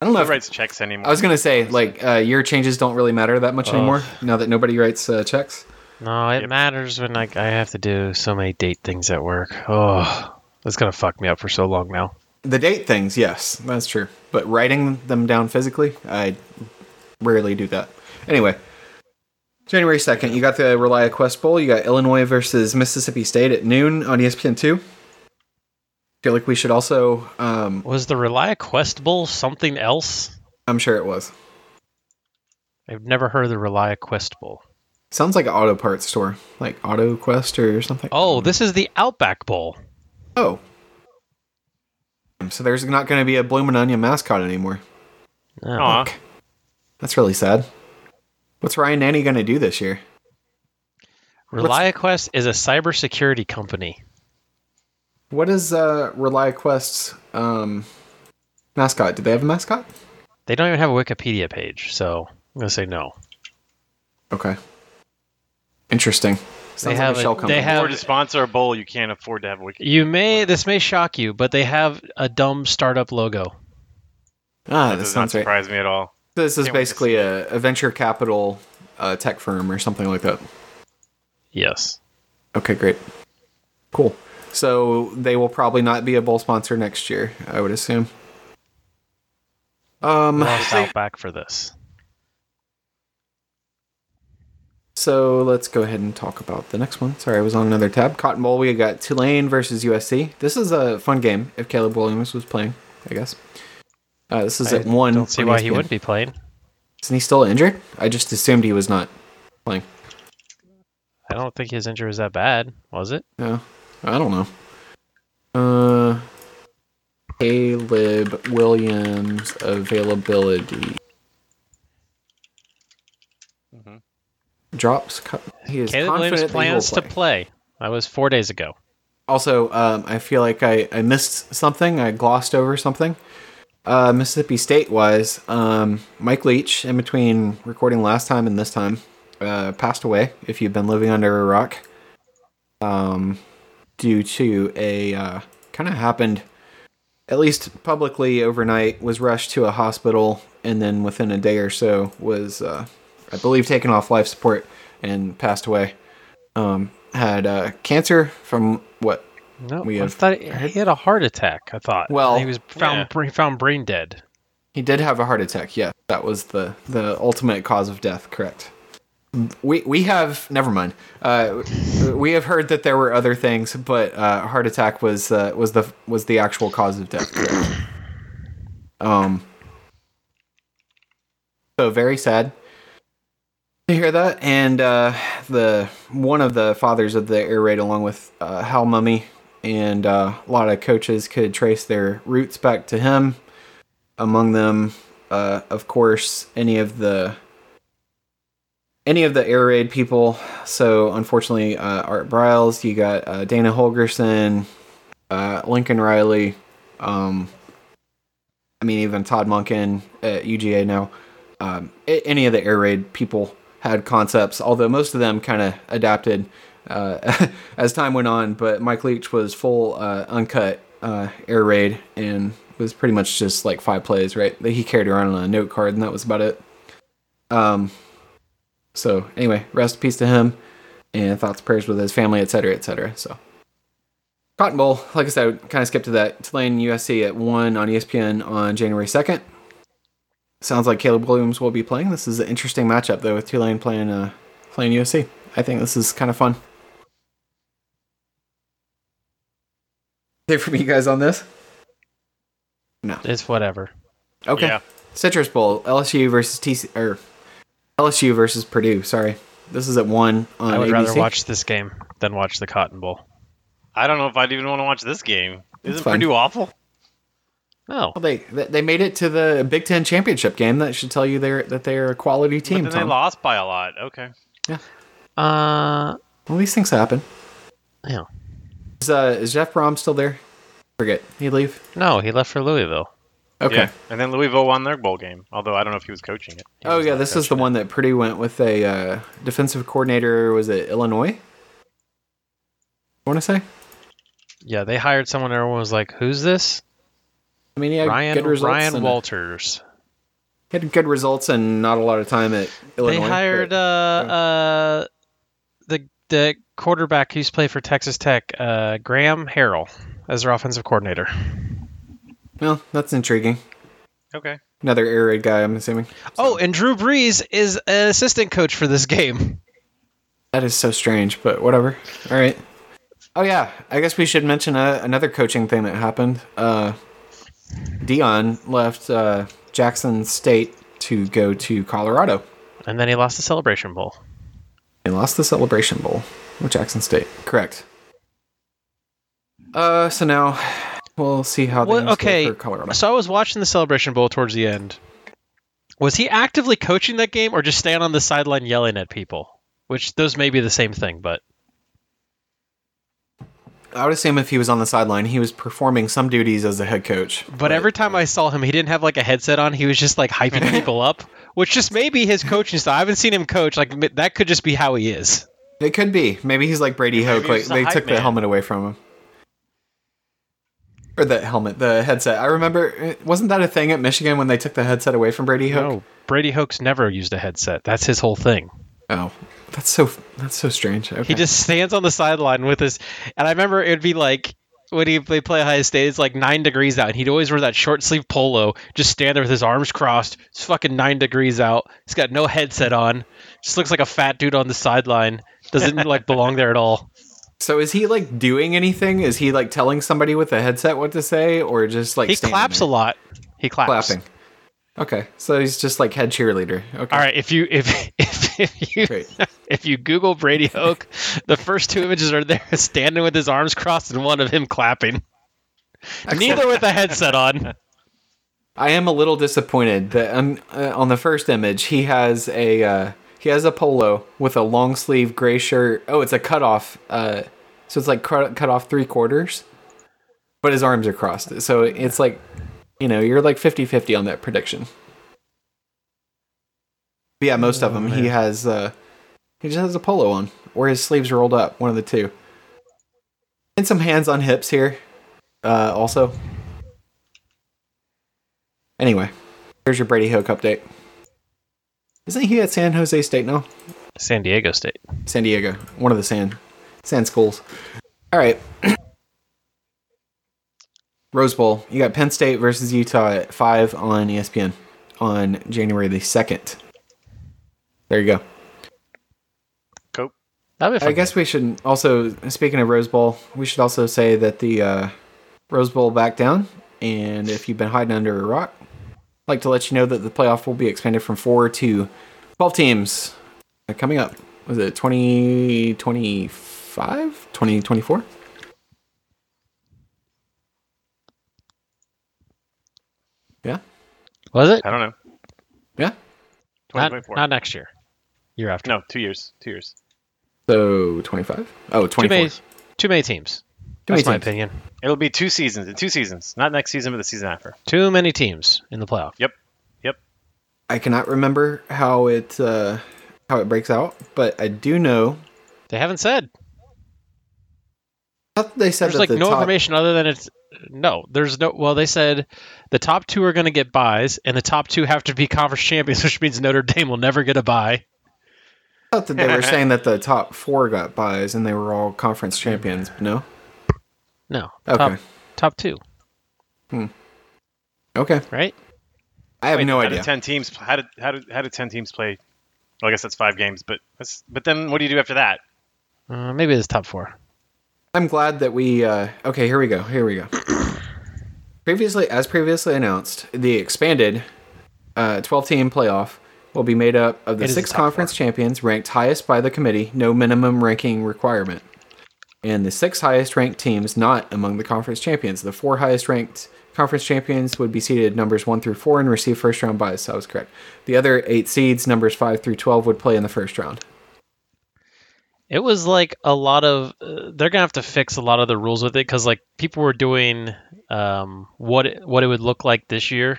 I don't know
Who
if
writes checks anymore?
I was going to say, like, uh, year changes don't really matter that much
Ugh.
anymore now that nobody writes uh, checks.
no, it
Yep.
matters when like I have to do so many date things at work. Oh, that's gonna fuck me up for so long now.
The date things, yes, that's true. But writing them down physically, I rarely do that. Anyway, January 2nd, you got the Relia Quest Bowl. You got Illinois versus Mississippi State at noon on E ESPN2. feel like we should also, um,
Was the Relia Quest Bowl something else?
I'm sure it was.
I've never heard of the Relia Quest Bowl.
Sounds like an auto parts store, like Auto Quest or something.
Oh, this is the Outback Bowl.
Oh. So there's not going to be a Bloomin' Onion mascot anymore.
Oh.
Aw.
Fuck. That's really sad. What's Ryan Nanny going to do this year?
ReliaQuest is a cybersecurity company.
What is uh ReliaQuest's um mascot? Do they have a mascot?
They don't even have a Wikipedia page, so I'm gonna say no.
Okay. Interesting. Sounds
They have a- they have-
or to sponsor a bowl, you can't afford to have a wiki.
You may this may shock you, but they have a dumb startup logo.
ah,
That
this
does not
sounds right.
surprise me at all.
This is
Can't wait to
basically a, a venture capital uh, tech firm or something like that.
Yes.
Okay, great. Cool. So they will probably not be a bowl sponsor next year, I would assume. Um
Lost Outback for this.
So let's go ahead and talk about the next one. Sorry, I was on another tab. Cotton Bowl, we got Tulane versus USC. This is a fun game if Caleb Williams was playing, I guess. Uh, this is
I
at one.
Don't see
on
why he
ESPN.
wouldn't be playing.
Isn't he still injured? I just assumed he was not playing.
I don't think his injury was that bad, was it?
No, I don't know. Uh, Caleb Williams availability
Mhm.
drops. Co- He is
Mm-hmm. Caleb
confident that he will
Williams plans to
play.
play. That was four days ago.
Also, um, I feel like I, I missed something. I glossed over something. Uh, Mississippi State wise, um, Mike Leach, in between recording last time and this time, uh, passed away. If you've been living under a rock, um, due to a uh, kind of happened, at least publicly overnight, was rushed to a hospital and then within a day or so was, uh, I believe, taken off life support and passed away. Um, had uh, cancer from what
No,
We
I
have
thought he he had a heart attack. I thought.
Well,
he was found
yeah.
bra- found brain dead.
He did have a heart attack. Yes, that was the the ultimate cause of death. Correct. We we have never mind. Uh, we have heard that there were other things, but uh, heart attack was uh, was the was the actual cause of death. Correct. Um. So very sad to hear that, and uh, the one of the fathers of the air raid, along with uh, Hal Mummy and uh, a lot of coaches, could trace their roots back to him among them uh, of course any of the any of the air raid people so unfortunately uh, art briles you got uh, dana holgerson uh, lincoln riley um, i mean even todd munkin at uga now um, a- any of the air raid people had concepts although most of them kind of adapted uh, [laughs] as time went on but mike leach was full uh, uncut uh, air raid and was pretty much just like five plays right that he carried around on a note card and that was about it um so anyway rest in peace to him and thoughts prayers with his family etc etc so cotton bowl like i said kind of skipped to that tulane usc at 1 on E espn on january 2nd sounds like caleb williams will be playing this is an interesting matchup though with tulane playing uh playing usc i think this is kind of fun Anything from you guys on this
It's whatever.
okay
Yeah.
Citrus Bowl, LSU versus TC or LSU versus Purdue. Sorry, this is at one on
I would
ABC.
rather watch this game than watch the Cotton Bowl.
I don't know if I'd even want to watch this game. Isn't
fine.
Purdue awful?
No,
Well, they they they made it to the Big Ten championship game. That should tell you they're that they're a quality
But
team.
then they
Tom.
lost by a lot. Okay.
uh,
Well, these things happen.
yeah.
Is, uh, is Jeff Brom still there? Forget he leave.
no, he left for Louisville.
Okay.
Yeah. And then Louisville won their bowl game, although I don't know if he was coaching it.
Oh yeah, this is the one that Purdue went with a uh, defensive coordinator. Was it Illinois? I want to say.
Yeah, they hired someone. Everyone was like, "Who's this?"
I mean, he had
Ryan
good results.
Ryan
and, uh,
Walters.
he had good results and not a lot of time at Illinois.
they hired uh, uh, the the quarterback who used to play for Texas Tech, uh, Graham Harrell, as their offensive coordinator.
well, that's intriguing.
Okay.
Another air raid guy, I'm assuming.
Oh, and Drew Brees is an assistant coach for this game.
That is so strange, but whatever. All right. Oh yeah, I guess we should mention uh another coaching thing that happened. Uh, Dion left uh, Jackson State to go to Colorado.
And then he lost the Celebration Bowl.
They lost the Celebration Bowl with Jackson State. Correct. Uh, so now we'll see how
What-
things go
okay,
for Colorado.
So I was watching the Celebration Bowl towards the end. Was he actively coaching that game or just staying on the sideline yelling at people? Which those may be the same thing, but
I would assume if he was on the sideline, he was performing some duties as a head coach.
but every time I saw him, he didn't have like a headset on. He was just like [laughs] hyping people up, which just may be his coaching style. I haven't seen him coach. Like m- that could just be how he is.
It could be. Maybe he's like Brady Hoke.
he was
Like
just a
they
hype
took the
man.
helmet away from him, or the helmet, the headset. I remember. eh, Wasn't that a thing at Michigan when they took the headset away from Brady Hoke?
No, Brady Hoke's never used a headset. That's his whole thing.
Oh, that's so. That's so strange. Okay.
He just stands on the sideline with his. And I remember it would be like when he they play Ohio State, it's like nine degrees out, and he'd always wear that short sleeve polo, just stand there with his arms crossed. It's fucking nine degrees out. He's got no headset on. Just looks like a fat dude on the sideline. Doesn't like belong there at all.
so is he like doing anything? Is he like telling somebody with a headset what to say, or just like
He
standing
claps a
there?
lot. He claps.
clapping? Okay, so he's just like head cheerleader. Okay,
All right, if you if [laughs] if, if you [laughs]
Great.
if you Google Brady Hoke, the first two images are there [laughs] standing with his arms crossed and one of him clapping. Neither with a headset on.
I am a little disappointed that on, uh, on the first image he has a uh, he has a polo with a long sleeve gray shirt. Oh, it's a cutoff. Uh, so it's like cut, cut off three quarters, but his arms are crossed. So it's like, you know, you're like 50-50 on that prediction. But yeah, most of them he has uh, he just has a polo on or his sleeves rolled up, one of the two. And some hands on hips here, uh, also. Anyway, here's your Brady Hoke update. Isn't he at San Jose State now?
San Diego State.
San Diego, one of the San San schools. All right. [clears throat] Rose Bowl. You got Penn State versus Utah at five on E ESPN on January the second. There you go.
Cope.
That'd be fun.
I guess we should also, speaking of Rose Bowl, we should also say that the uh, Rose Bowl back down, and if you've been hiding under a rock, I'd like to let you know that the playoff will be expanded from four to twelve teams uh, coming up. Was it 2025? 2024? Yeah,
Was it?
I don't know.
yeah.
Not,
2024.
not next year. Year after.
no, two years. Two years.
So 25? Oh, 24.
Too many, too many teams.
Too many
That's my
teams.
opinion.
It'll be two seasons. In two seasons. Not next season, but the season after.
Too many teams in the playoff.
Yep. Yep.
I cannot remember how it uh, how it breaks out, but I do know
They haven't said.
I thought they said
There's
that
like
the
no
top-
information other than it's no. There's no. Well, they said the top two are going to get buys, and the top two have to be [laughs] conference champions, which means Notre Dame will never get a buy.
I thought that they
[laughs]
were saying that the top four got buys and they were all conference champions. But no.
No.
Okay.
Top, top two,
Okay.
right?
I have
Wait,
no
how
idea.
Did ten teams. How did how did how did ten teams play? Well, I guess that's five games, but that's, but then what do you do after that?
Uh, maybe it's top four.
I'm glad that we. Uh, okay, here we go. Here we go. [clears throat] previously, as previously announced, the expanded uh, 12 team playoff will be made up of the
It is
six
the top
conference champions ranked highest by the committee, no minimum ranking requirement. And the six highest ranked teams not among the conference champions. The four highest ranked conference champions would be seeded numbers one through four and receive first round buys. So I was correct. The other eight seeds, numbers five through 12, would play in the first round.
It was like a lot of uh, they're gonna have to fix a lot of the rules with it because like people were doing um, what it, what it would look like this year,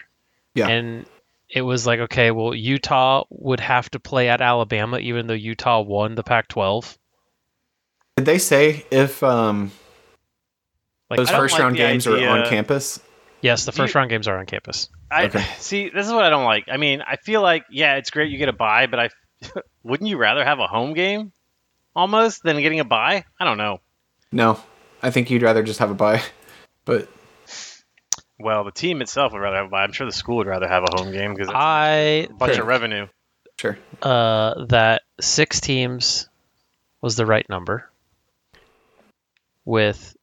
Yeah.
and it was like okay, well Utah would have to play at Alabama even though Utah won the Pac-12.
Did they say if um,
Like
those
I don't-
first
like
round
the
games
idea-
are on campus?
yes, the first
you-
round games are on campus.
I
Okay.
[laughs] see. This is what I don't like. I mean, I feel like yeah, it's great you get a buy, but I [laughs] wouldn't you rather have a home game almost than getting a buy? I don't know.
No. I think you'd rather just have a bye. [laughs] But
Well, the team itself would rather have a buy. I'm sure the school would rather have a home game because it's
I
a bunch
Sure.
of revenue.
sure.
uh, that six teams was the right number with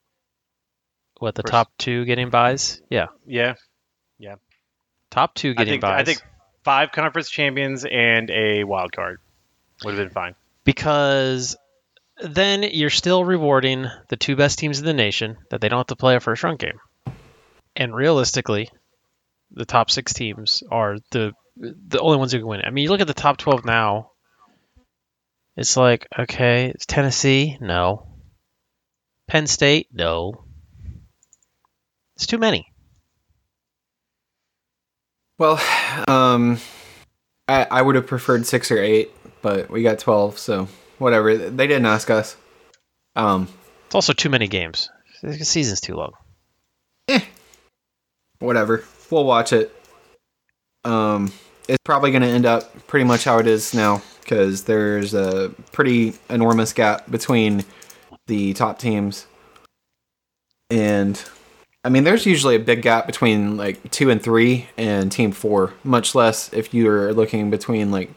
what the
First-
top two getting buys. Yeah,
Yeah,
top two
I
getting
think
buys.
I think five conference champions and a wild card would have been fine.
because then you're still rewarding the two best teams in the nation that they don't have to play a first round game. And realistically, the top six teams are the the only ones who can win. it. I mean, you look at the top twelve now. It's like okay, it's Tennessee, no. Penn State, no. It's too many.
Well, um, I, I would have preferred six or eight, but we got twelve, so whatever. They didn't ask us. Um,
It's also too many games. The season's too long.
whatever. We'll watch it. Um, it's probably going to end up pretty much how it is now because there's a pretty enormous gap between the top teams, and I mean, there's usually a big gap between like two and three and team four. Much less if you're looking between like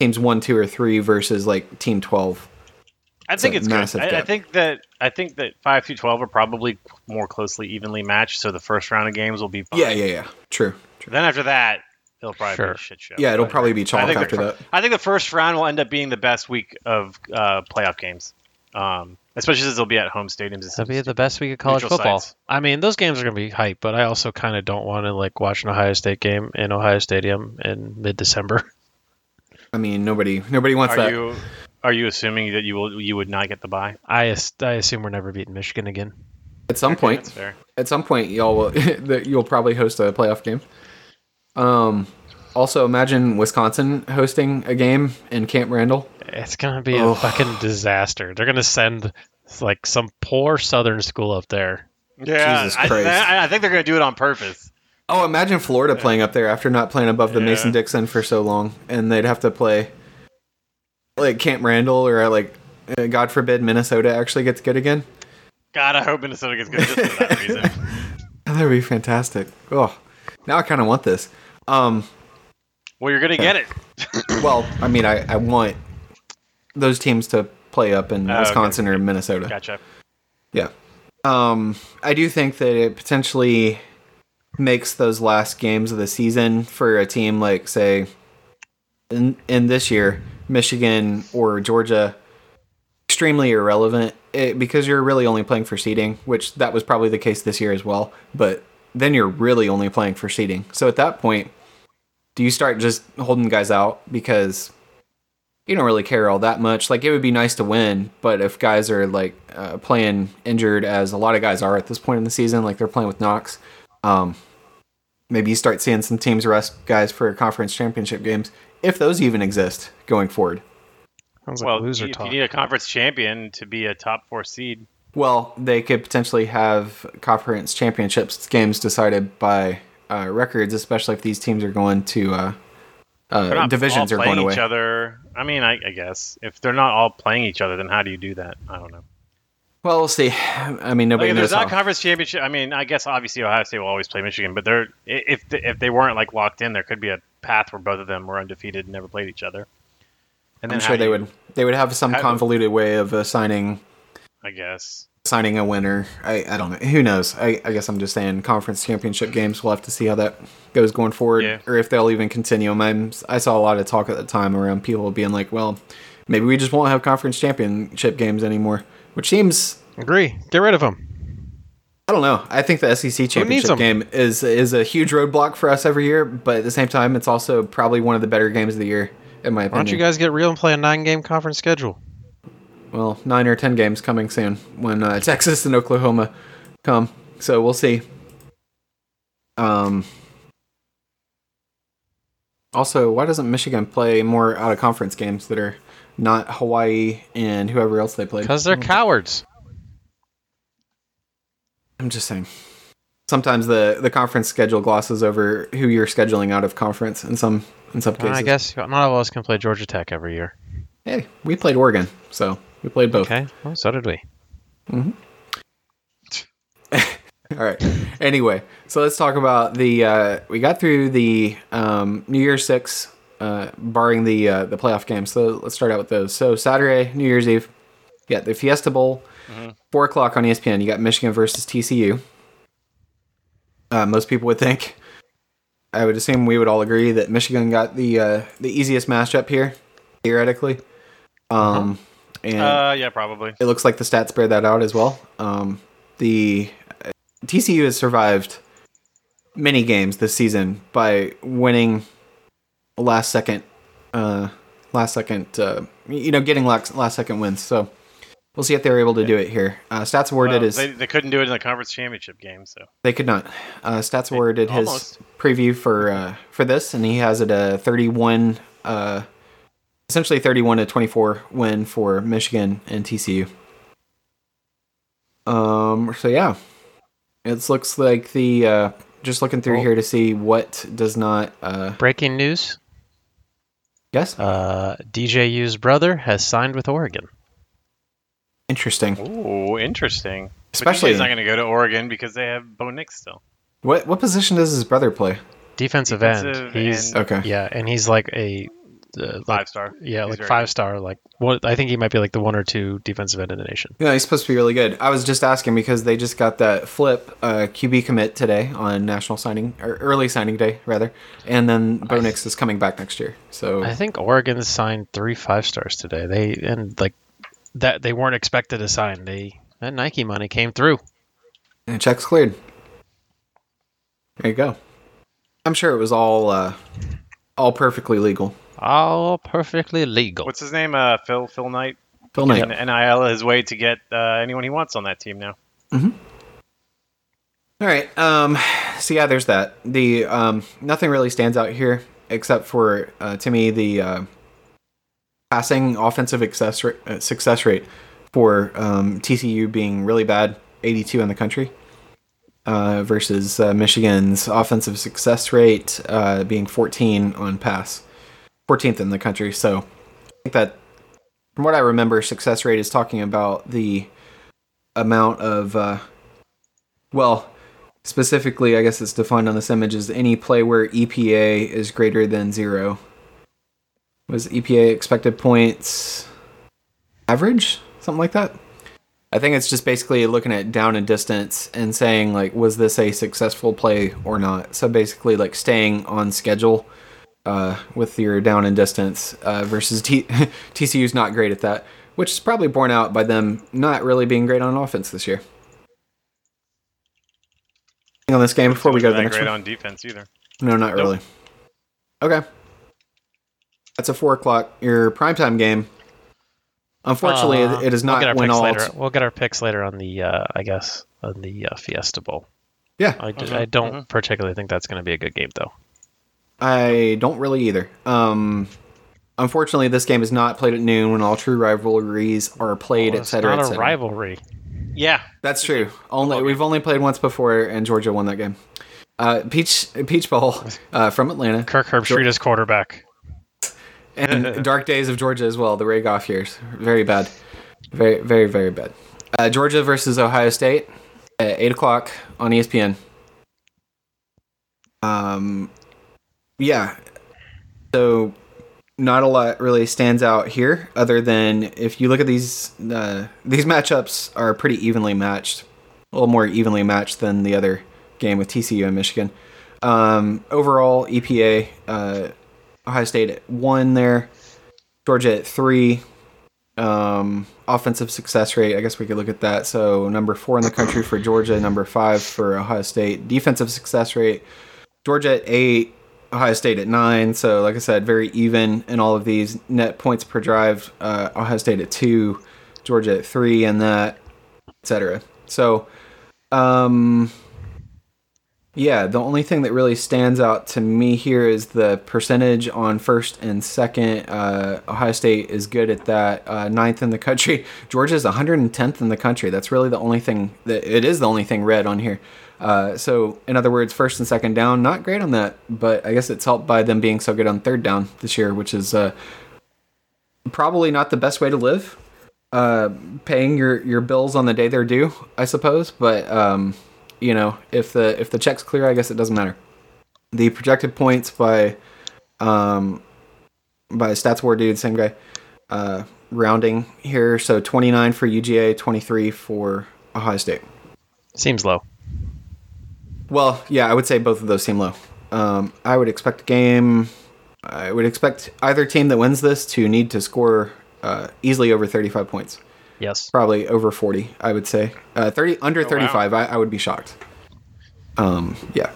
teams one, two, or three versus like team twelve.
I think
a
it's,
massive
good. I, I
gap.
think that I think that five through twelve are probably more closely evenly matched, so the first round of games will be fine.
Yeah, yeah, yeah. True. true.
Then after that, it'll probably be
Sure.
a shit show.
Yeah, it'll
But-
probably be
I
chalk
think, the
after
fir-
that.
I think the first round will end up being the best week of uh, playoff games, um, especially since they'll be at home stadiums. and
That'll
stuff.
be the best week of college
Neutral
football.
sites.
I mean, those games are going to be hype, but I also kind of don't want to like watch an Ohio State game in Ohio Stadium in mid-December. [laughs]
I mean, nobody, nobody wants
are
that.
you are you assuming that you will you would not get the buy?
I, as- I assume we're never beating Michigan again.
At some point,
That's fair.
at some point y'all will [laughs] that you'll probably host a playoff game. Um also imagine Wisconsin hosting a game in Camp Randall.
It's going to be
Ugh.
a fucking disaster. They're going to send like some poor Southern school up there.
Yeah,
Jesus
I,
Christ.
I- I think they're going to do it on purpose.
Oh, imagine Florida playing up there after not playing above the
Yeah.
Mason Dixon for so long and they'd have to play like Camp Randall or uh, like uh, God forbid Minnesota actually gets good again.
God, I hope Minnesota gets good just for
[laughs]
that reason.
That would be fantastic. Oh, now I kind of want this. Um,
Well, you're going to get it.
well, I mean, I, I want those teams to play up in
Oh, okay.
Wisconsin or Minnesota.
Gotcha.
Yeah. Um, I do think that it potentially makes those last games of the season for a team like, say, in, in this year, Michigan or Georgia, extremely irrelevant it, because you're really only playing for seeding, which that was probably the case this year as well. But then you're really only playing for seeding. So at that point, do you start just holding guys out because you don't really care all that much. Like it would be nice to win, but if guys are like uh, playing injured, as a lot of guys are at this point in the season, like they're playing with Knox, um, maybe you start seeing some teams rest guys for conference championship games, if those even exist going forward.
Sounds like
Well,
loser
if
talk.
you need a conference champion to be a top four seed,
Well, they could potentially have conference championships games decided by uh, records, especially if these teams are going to uh,
they're
uh,
not
divisions
all
are
playing
going away.
each other. I mean, I, I guess if they're not all playing each other, then how do you do that? I don't know.
Well, we'll see. I mean,
Like,
nobody
if
knows.
there's not
how.
conference championship, I mean, I guess obviously Ohio State will always play Michigan, but they're i- if th- if they weren't like locked in, there could be a path where both of them were undefeated and never played each other. And then
I'm
how
sure
do
they
you-
would. They would have some
how do-
convoluted way of assigning
I guess.
uh, signing a winner. I, I don't know. Who knows? I, I guess I'm just saying conference championship games. We'll have to see how that goes going forward,
Yeah.
or if they'll even continue 'em. I'm, I saw a lot of talk at the time around people being like, well, maybe we just won't have conference championship games anymore, which seems
Agree. Get rid of them.
I don't know. I think the SEC championship
'em?
game is is a huge roadblock for us every year, but at the same time, it's also probably one of the better games of the year, in my
Why
opinion.
Mm-hmm.
don't you guys get real and play a nine-game conference schedule?
well, nine or ten games coming soon when uh, [laughs] Texas and Oklahoma come. So we'll see. Um. Also, why doesn't Michigan play more out of conference games that are not Hawaii and whoever else they played?
Because they're
Mm-hmm.
cowards.
I'm just saying. Sometimes the, the conference schedule glosses over who you're scheduling out of conference in some in some
Well,
cases.
I guess none of us can play Georgia Tech every year.
Hey, we played Oregon, so we played both.
Okay. Well, so did we.
All right. Anyway, so let's talk about the uh, we got through the um, New Year's six, uh, barring the uh, the playoff games. So let's start out with those. So Saturday, New Year's Eve, you got the Fiesta Bowl, four o'clock on E ESPN. You got Michigan versus TCU. Uh, most people would think. I would assume we would all agree that Michigan got the uh, the easiest matchup here, theoretically. Um, and
Uh, yeah, probably.
it looks like the stats bear that out as well. Um, the uh, TCU has survived many games this season by winning last second, uh, last second, uh, you know, getting last, last second wins. So we'll see if they're able to do it here. Uh, stats awarded
Well,
is
they, they couldn't do it in the conference championship game, so
they could not. Uh, Stats awarded his
almost.
preview for uh, for this, and he has it a 31, uh, essentially 31 to 24 win for Michigan and TCU. Um. So yeah, it looks like the uh, just looking through
Cool.
here to see what does not. Uh,
Breaking news:
yes.
uh, DJU's brother has signed with Oregon.
Interesting.
ooh, interesting.
Especially-
but he's not going to go to Oregon because they have Bo Nix still.
What what position does his brother play?
Defensive,
Defensive
end. He's
and-
Okay.
yeah, and he's like a uh, like,
Five star.
yeah,
He's
like
very
five star. Like what? I think he might be like the one or two defensive end in the nation.
Yeah, he's supposed to be really good. I was just asking because they just got that flip uh, QB commit today on national signing or early signing day rather, and then Bo Nix is coming back next year. So
I think Oregon signed three five stars today. They and like that they weren't expected to sign. They that Nike money came through.
and check's cleared. There you go. I'm sure it was all uh, all perfectly legal.
All perfectly legal.
What's his name? Uh, Phil Phil Knight.
Phil
And
Knight.
NIL his way to get uh, anyone he wants on that team now.
All right. Um, so yeah, there's that. The um, nothing really stands out here except for uh, to me the uh, passing offensive success rate, uh, success rate for um, TCU being really bad, 82 in the country, uh, versus uh, Michigan's offensive success rate uh, being 14 on pass, 14th in the country. So I think that from what I remember, success rate is talking about the amount of uh, well specifically i guess it's defined on this image as any play where epa is greater than zero was epa expected points average something like that i think it's just basically looking at down and distance and saying like was this a successful play or not so basically like staying on schedule uh, with your down and distance uh, versus T- [laughs] tcu's not great at that which is probably borne out by them not really being great on offense this year Anything on this game before we go to the
Not
next
great
one
on defense either.
no, not
Nope.
really. Okay. That's a four o'clock your primetime game. Unfortunately,
Uh,
it it is
we'll
not
get our
win
picks
all.
later. We'll get our picks later on the uh, I guess on the uh, Fiesta Bowl.
Yeah.
I, d-
Uh-huh,
I don't
uh-huh.
particularly think that's going to be a good game though.
I don't really either. Um, unfortunately, this game is not played at noon when all true rivalries are played,
Well,
et
Oh, it's
cetera,
not
et
a
cetera.
rivalry.
Yeah,
That's true. Only we've only played once before, and Georgia won that game. Uh, Peach Peach
[laughs]
Bowl uh, from Atlanta.
Kirk Herbstreita's quarterback.
and Dark Days of Georgia as well. The Ray Goff years, very bad, very very very bad. Uh, Georgia versus Ohio State at eight o'clock on E ESPN. Um, yeah. So not a lot really stands out here, other than if you look at these uh, these matchups are pretty evenly matched, a little more evenly matched than the other game with TCU and Michigan. Um, overall, EPA uh, Ohio State at one there, Georgia at three. Um, offensive success rate, I guess we could look at that. So number four in the country for Georgia, number five for Ohio State. Defensive success rate, Georgia at eight, Ohio State at nine. So, like I said, very even in all of these. Net points per drive, uh, Ohio State at two, Georgia at three, and that, etc. So, um, yeah, the only thing that really stands out to me here is the percentage on first and second. Uh, Ohio State is good at that. Uh, ninth in the country. [laughs] Georgia's 110th in the country. That's really the only thing that it is the only thing red on here. Uh, so, in other words, first and second down, not great on that, but I guess it's helped by them being so good on third down this year, which is uh, probably not the best way to live. Uh, paying your, your bills on the day they're due, I suppose, but um, you know, if the if the check's clear, I guess it doesn't matter. The projected points by um, by Stats War dude, same guy, uh, rounding here, so 29 for UGA, 23 for Ohio State.
Seems low.
Well, yeah, I would say both of those seem low. Um, I would expect a game. I would expect either team that wins this to need to score uh, easily over 35 points,
Yes.
probably over 40. I would say uh, 30
Oh,
under 35. I, I would be shocked. Um, yeah.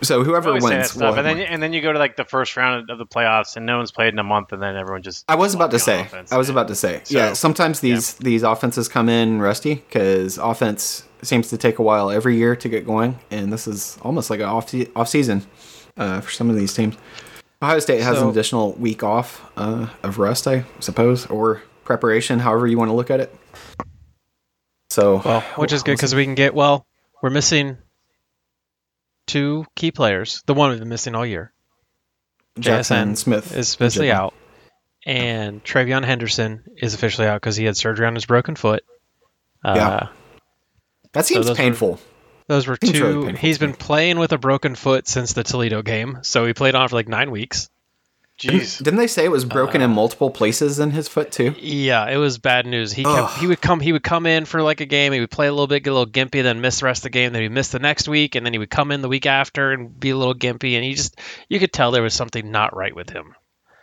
So whoever
Always
wins,
say that
will
stuff.
have
And then
won.
and then you go to like the first round of the playoffs, and no one's played in a month, and then everyone just.
I was about to
locked down
say.
offense.
I was about to say. yeah,
So,
sometimes these these offenses come in rusty because offense seems to take a while every year to get going, and this is almost like an off off season uh, for some of these teams. Ohio State has an
So-
additional week off uh, of rust, I suppose, or preparation, however you want to look at it. So,
Well, which is good because we can get well. We're missing two key players. The one we've been missing all year
Jackson
JSN
Smith
is officially
Jibben.
out, and Travion Henderson is officially out because he had surgery on his broken foot. Uh,
Yeah. That seems
those were-
painful.
Those were
Seems really
two.
painful
he's
to
been playing with a broken foot since the Toledo game, so he played on for like
[clears throat]
nine weeks.
Jeez.
Didn't they say it was broken
Uh,
in multiple places in his foot too?
Yeah, it was bad news. He kept,
Ugh.
he would come he would come in for like a game. He would play a little bit, get a little gimpy, then miss the rest of the game. Then he'd miss the next week, and then he would come in the week after and be a little gimpy. And he just you could tell there was something not right with him.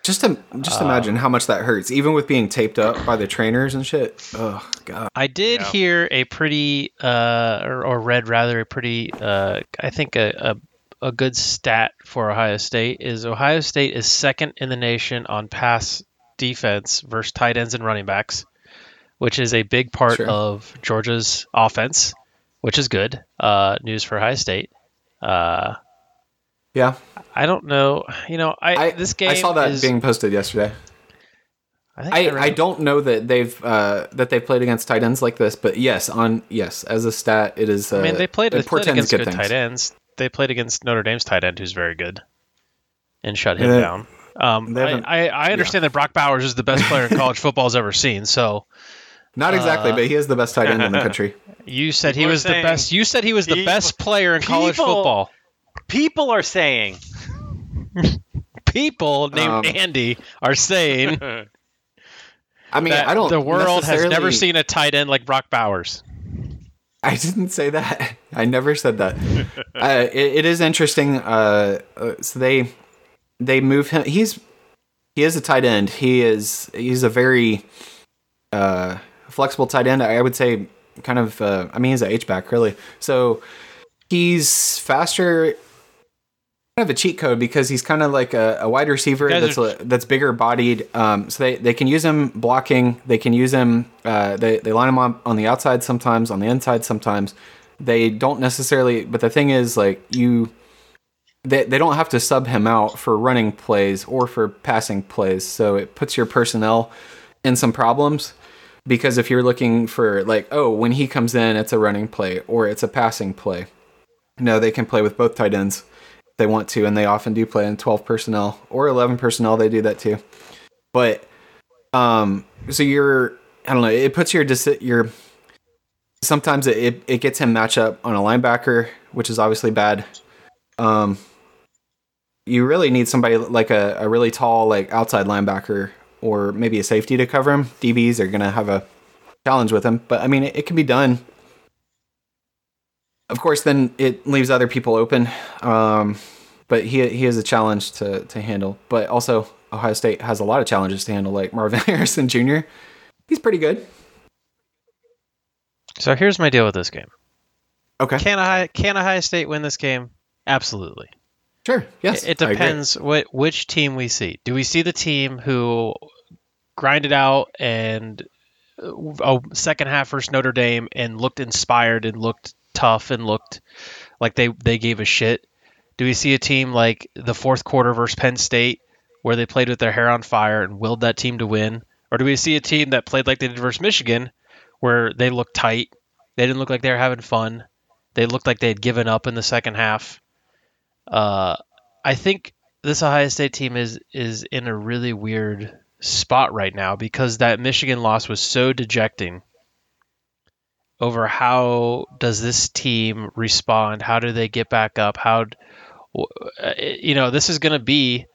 Just im-
uh,
just imagine how much that hurts, even with being taped up by the trainers and shit. Oh god.
I did
Yeah.
hear a pretty uh, or, or read rather a pretty uh, I think a, a a good stat for Ohio State is Ohio State is second in the nation on pass defense versus tight ends and running backs, which is a big part
Sure.
of Georgia's offense, which is good uh, news for Ohio State. Uh,
Yeah,
I don't know, you know, I,
I
this game
I saw that
is-
being posted yesterday.
think
I,
read-
I don't know that they've uh, that they've played against tight ends like this, but yes, on yes as a stat, it is. Uh,
I mean, they played,
it
they played
portends
against good,
things.
tight ends. They played against Notre Dame's tight end, who's very good, and shut
Yeah,
him
they-
down. Um,
they
I,
haven't-
I, I understand that Brock Bowers is the best player in college football's ever seen. So
Not exactly,
uh,
but he is the best tight end in
[laughs]
the country.
you said he
People are
was the
saying-
best. You said he was the
People-
best player in college
people-
football.
People are saying.
People
Um,
named Andy are saying
I mean,
that
I don't.
the world has never
necessarily-
seen a tight end like Brock Bowers.
[laughs] I didn't say that. [laughs] I never said that. uh, it, it is interesting. Uh, uh, so they they move him. He's he is a tight end. He is he's a very uh, flexible tight end. I would say kind of. Uh, I mean, he's a H back really. So he's faster. Kind of a cheat code because he's kind of like a, a wide receiver
Guys
that's
are-
a, that's bigger bodied. Um, so they, they can use him blocking. They can use him. Uh, they they line him up on the outside sometimes, on the inside sometimes. They don't necessarily. But the thing is, like you they, they don't have to sub him out for running plays or for passing plays. So it puts your personnel in some problems because if you're looking for like, oh, when he comes in, it's a running play or it's a passing play. No, they can play with both tight ends if they want to, and they often do play in 12 personnel or 11 personnel. They do that too. But um, so you're, I don't know, it puts your deci- your sometimes it, it, it gets him match up on a linebacker, which is obviously bad. Um, You really need somebody like a, a really tall, like outside linebacker or maybe a safety to cover him. DBs are going to have a challenge with him, but I mean, it, it can be done. Of course, then it leaves other people open. Um, but he he is a challenge to to handle. But also, Ohio State has a lot of challenges to handle, like Marvin [laughs] Harrison Jr. He's pretty good.
So here's my deal with this game.
Okay,
Can Ohio, can Ohio State win this game? Absolutely.
sure. Yes,
It, it
I agree.
depends what which team we see. Do we see the team who grinded out and uh, a second half versus Notre Dame and looked inspired and looked tough and looked like they they gave a shit? Do we see a team like the fourth quarter versus Penn State where they played with their hair on fire and willed that team to win? Or do we see a team that played like they did versus Michigan where they looked tight? They didn't look like they were having fun. They looked like they had given up in the second half. Uh, I think this Ohio State team is is in a really weird spot right now because that Michigan loss was so dejecting over how does this team respond? How do they get back up? How d- w- uh, you know, this is going to be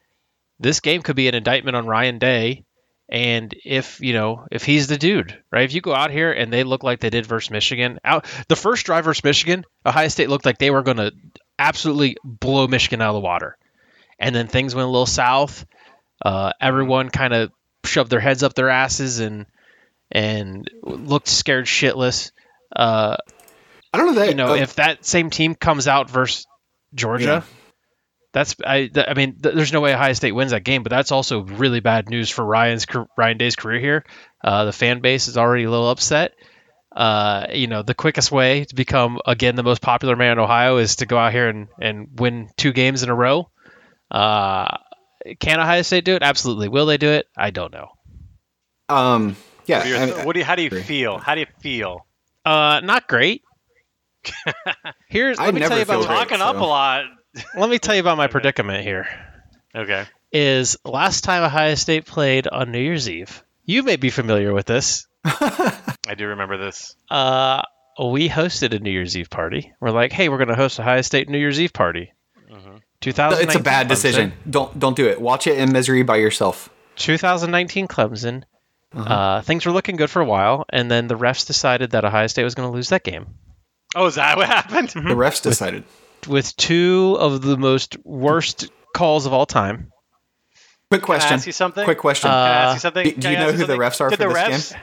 this game could be an indictment on Ryan Day and if, you know, if he's the dude, right? If you go out here and they look like they did versus Michigan, out the first drive versus Michigan, Ohio State looked like they were going to absolutely blow Michigan out of the water. And then things went a little south. Uh, everyone kind of shoved their heads up their asses and and looked scared shitless. Uh,
I don't know that
you know,
uh,
if that same team comes out versus Georgia, that's I. th- I mean, th- there's no way Ohio State wins that game, but that's also really bad news for Ryan's car- Ryan Day's career here. Uh, the fan base is already a little upset. Uh, you know, the quickest way to become again the most popular man in Ohio is to go out here and and win two games in a row. Uh, can Ohio State do it? Absolutely. Will they do it? I don't know.
um yeah,
What, are your
I-
th- what do you, how do you
agree.
feel? How do you feel?
Uh, not great. [laughs] Here's
I
let me
never
tell you
feel
about
great.
Talking up a
so-
lot.
let me tell you about my predicament here.
Okay.
is last time Ohio State played on New Year's Eve. You may be familiar with this.
I do remember this.
Uh, we hosted a New Year's Eve party. We're like, hey, we're going to host a Ohio State New Year's Eve party.
Mhm.
2019
it's a bad
Clemson-
decision. Don't don't do it. Watch it in misery by yourself.
2019 Clemson.
Uh-huh.
Uh, things were looking good for a while, and then the refs decided that Ohio State was going to lose that game.
Oh, is that
[laughs]
what happened?
The refs decided.
With two of the most worst calls of all time.
Quick question.
ask you something?
Quick question.
Can I
Uh,
ask you something?
do- do
Can
you
I ask
know who the
something?
refs are
Did
for
the
this
refs...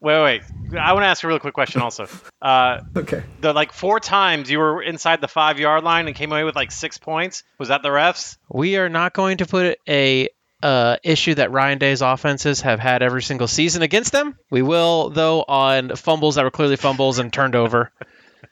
Wait, wait. I want to ask a real quick question also. Uh,
okay.
the like four times you were inside the five yard line and came away with like six points. Was that the refs?
We are not going to put a uh, issue that Ryan Day's offenses have had every single season against them. We will, though, on fumbles that were clearly fumbles and turned
[laughs]
over.